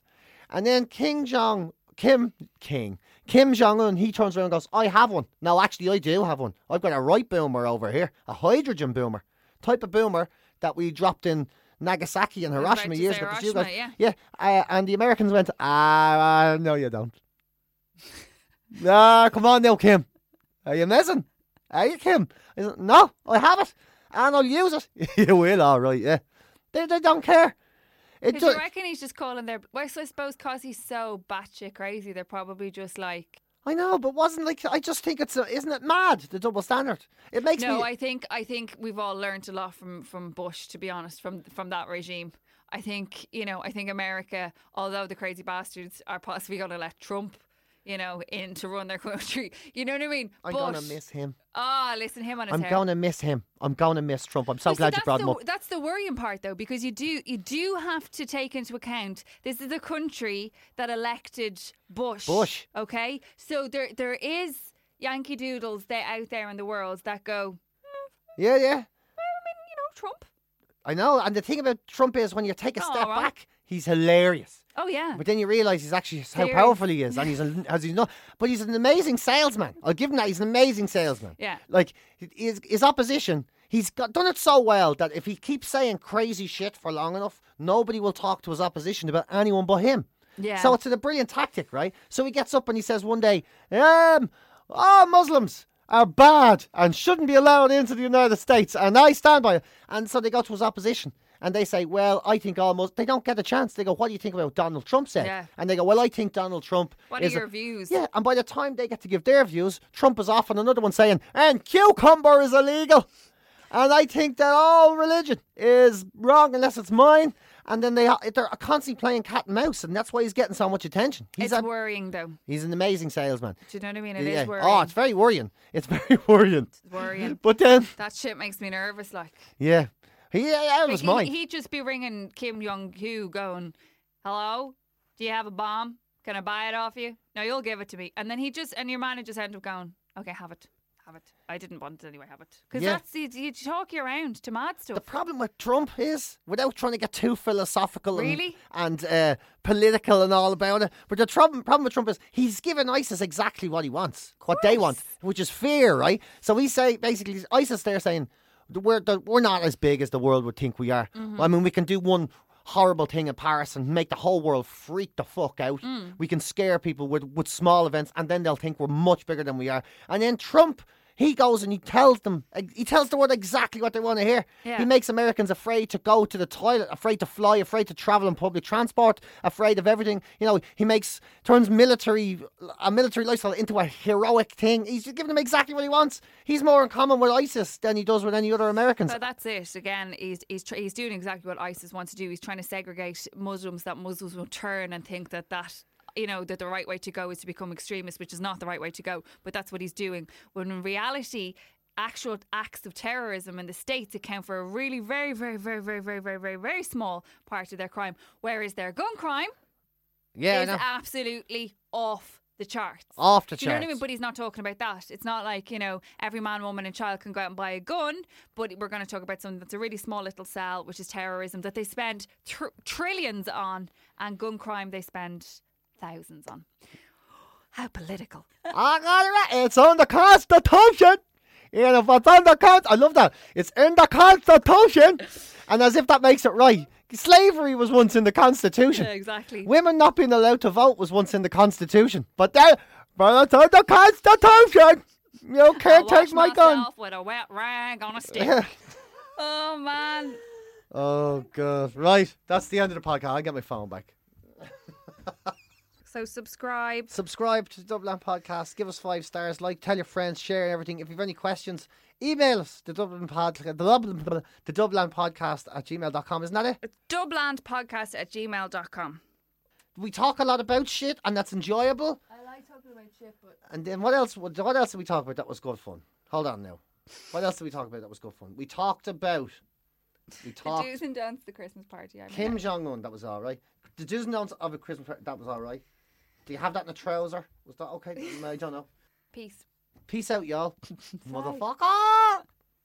Speaker 3: And then King Jong Kim King Kim Jong Un he turns around and goes, "I have one. No, actually, I do have one. I've got a right boomer over here, a hydrogen boomer, type of boomer that we dropped in." Nagasaki and
Speaker 4: about
Speaker 3: Hiroshima
Speaker 4: to
Speaker 3: years
Speaker 4: say
Speaker 3: ago. 'cause you guys-
Speaker 4: Hiroshima, yeah.
Speaker 3: yeah, uh, and the Americans went, ah, uh, no, you don't. nah, come on now, Kim. Are you messing? Are you, Kim? I said, no, I have it, and I'll use it. you will, all right, yeah. They, they don't care. It
Speaker 4: Because
Speaker 3: do-
Speaker 4: you reckon he's just calling their. Well, so I suppose because he's so batshit crazy, they're probably just like.
Speaker 3: I know, but wasn't like I just think it's a, isn't it mad the double standard? It makes
Speaker 4: No,
Speaker 3: me.
Speaker 4: I think I think we've all learnt a lot from from Bush, to be honest, from from that regime. I think you know, I think America, although the crazy bastards are possibly going to let Trump, you know, in to run their country. You know what I mean?
Speaker 3: I'm
Speaker 4: Bush.
Speaker 3: gonna miss him.
Speaker 4: Ah, listen, him on his
Speaker 3: I'm
Speaker 4: hair.
Speaker 3: gonna miss him. I'm gonna miss Trump. I'm so
Speaker 4: But see,
Speaker 3: glad you
Speaker 4: that's
Speaker 3: brought
Speaker 4: the,
Speaker 3: him up.
Speaker 4: That's the worrying part, though, because you do you do have to take into account this is a country that elected Bush.
Speaker 3: Bush.
Speaker 4: Okay, so there there is Yankee Doodles that out there in the world that go,
Speaker 3: Yeah, yeah.
Speaker 4: you know, Trump.
Speaker 3: I know. And the thing about Trump is when you take a
Speaker 4: Oh,
Speaker 3: step
Speaker 4: all right.
Speaker 3: back, he's hilarious.
Speaker 4: Oh yeah,
Speaker 3: But then you realise he's actually how
Speaker 4: Theory.
Speaker 3: powerful he is, and he's an, as he's not. But he's an amazing salesman. I'll give him that. He's an amazing salesman.
Speaker 4: Yeah.
Speaker 3: Like he- his his opposition, he's got, done it so well that if he keeps saying crazy shit for long enough, nobody will talk to his opposition about anyone but him.
Speaker 4: Yeah.
Speaker 3: So it's a brilliant tactic, right? So he gets up and he says one day, um, oh, Muslims are bad and shouldn't be allowed into the United States, and I stand by it. And so they go to his opposition. And they say, well, I think almost they don't get a chance. They go, what do you think about what Donald Trump said?
Speaker 4: Yeah.
Speaker 3: And they go, well, I think Donald Trump.
Speaker 4: What are
Speaker 3: is a-"
Speaker 4: your views?
Speaker 3: Yeah, and by the time they get to give their views, Trump is off on another one saying, and cucumber is illegal. And I think that all religion is wrong unless it's mine. And then they they're constantly playing cat and mouse, and that's why he's getting so much attention. He's
Speaker 4: it's
Speaker 3: a,
Speaker 4: worrying though. Do
Speaker 3: he's an amazing salesman.
Speaker 4: you know what I mean? It is
Speaker 3: Yeah.
Speaker 4: worrying.
Speaker 3: Oh, it's very worrying. It's very worrying.
Speaker 4: It's worrying.
Speaker 3: But then,
Speaker 4: that shit makes me nervous. Like
Speaker 3: yeah, He, yeah, it
Speaker 4: Like,
Speaker 3: was
Speaker 4: he,
Speaker 3: mine.
Speaker 4: He'd just be ringing Kim Jong Hoo, going, "Hello, do you have a bomb? Can I buy it off you? No, you'll give it to me." And then he just and your man would just end up going, "Okay, have it, have it. I didn't want it anyway. Have it." Because
Speaker 3: Yeah.
Speaker 4: that's you, you talk you around to mad
Speaker 3: The
Speaker 4: stuff.
Speaker 3: problem with Trump is, without trying to get too philosophical and-
Speaker 4: Really?
Speaker 3: and, uh, political and all about it, but the Trump, problem with Trump is he's given ISIS exactly what he wants, what they want, which is fear, right? So we say basically, ISIS they're saying "The- we're the, we're not as big as the world would think we are. I mean, we can do one horrible thing in Paris and make the whole world freak the fuck out. We can scare people with with small events, and then they'll think we're much bigger than we are. And then Trump. He goes and he tells them, he tells the world exactly what they want to hear.
Speaker 4: Yeah.
Speaker 3: He makes Americans afraid to go to the toilet, afraid to fly, afraid to travel in public transport, afraid of everything. You know, he makes turns military a military lifestyle into a heroic thing. He's giving them exactly what he wants. He's more in common with ISIS than he does with any other Americans.
Speaker 4: So Uh, that's it. Again, he's he's tr- he's doing exactly what ISIS wants to do. He's trying to segregate Muslims that Muslims will turn and think that that you know that the right way to go is to become extremists, which is not the right way to go. But that's what he's doing. When in reality. Actual acts of terrorism in the states account for a really very, very, very, very, very, very, very, very small part of their crime. Whereas their gun crime
Speaker 3: yeah, I
Speaker 4: is
Speaker 3: know.
Speaker 4: absolutely off the charts.
Speaker 3: Off the
Speaker 4: Do you know what I mean?
Speaker 3: charts.
Speaker 4: But he's not talking about that. It's not like, you know, every man, woman, and child can go out and buy a gun, but we're going to talk about something that's a really small little cell, which is terrorism, that they spend tr- trillions on, and gun crime they spend thousands on. How political.
Speaker 3: I got it right. Ah, It's on the Constitution. And if it's on the Constitution, I love that. It's in the Constitution. And as if that makes it right. Slavery was once in the Constitution.
Speaker 4: Yeah, exactly.
Speaker 3: Women not being allowed to vote was once in the Constitution. But then, but it's on the Constitution. You can't
Speaker 4: I'll
Speaker 3: take my
Speaker 4: wash
Speaker 3: gun.
Speaker 4: myself With a wet rag on a stick. oh, man.
Speaker 3: Oh, God. Right. That's the end of the podcast. I'll get my phone back.
Speaker 4: So subscribe.
Speaker 3: Subscribe to the Dublin Podcast. Give us five stars. Like, tell your friends, share everything. If you have any questions, email us the Dublin Pod, the Dublin, the Dublin Podcast at gmail.com. Isn't that it?
Speaker 4: Dublandpodcast at gmail.com.
Speaker 3: We talk a lot about shit, and that's enjoyable.
Speaker 4: I like talking about shit, but.
Speaker 3: And then what else? What what else did we talk about that was good fun? Hold on now. What else did we talk about that was good fun? We talked about. We
Speaker 4: The do's
Speaker 3: talked
Speaker 4: and don'ts of the Christmas party. I mean,
Speaker 3: Kim Jong Un. That was all right. The do's and don'ts of a Christmas. party, That was all right. Do you have that in a trouser? Was that okay? I don't know.
Speaker 4: peace.
Speaker 3: Peace out, y'all. Motherfucker.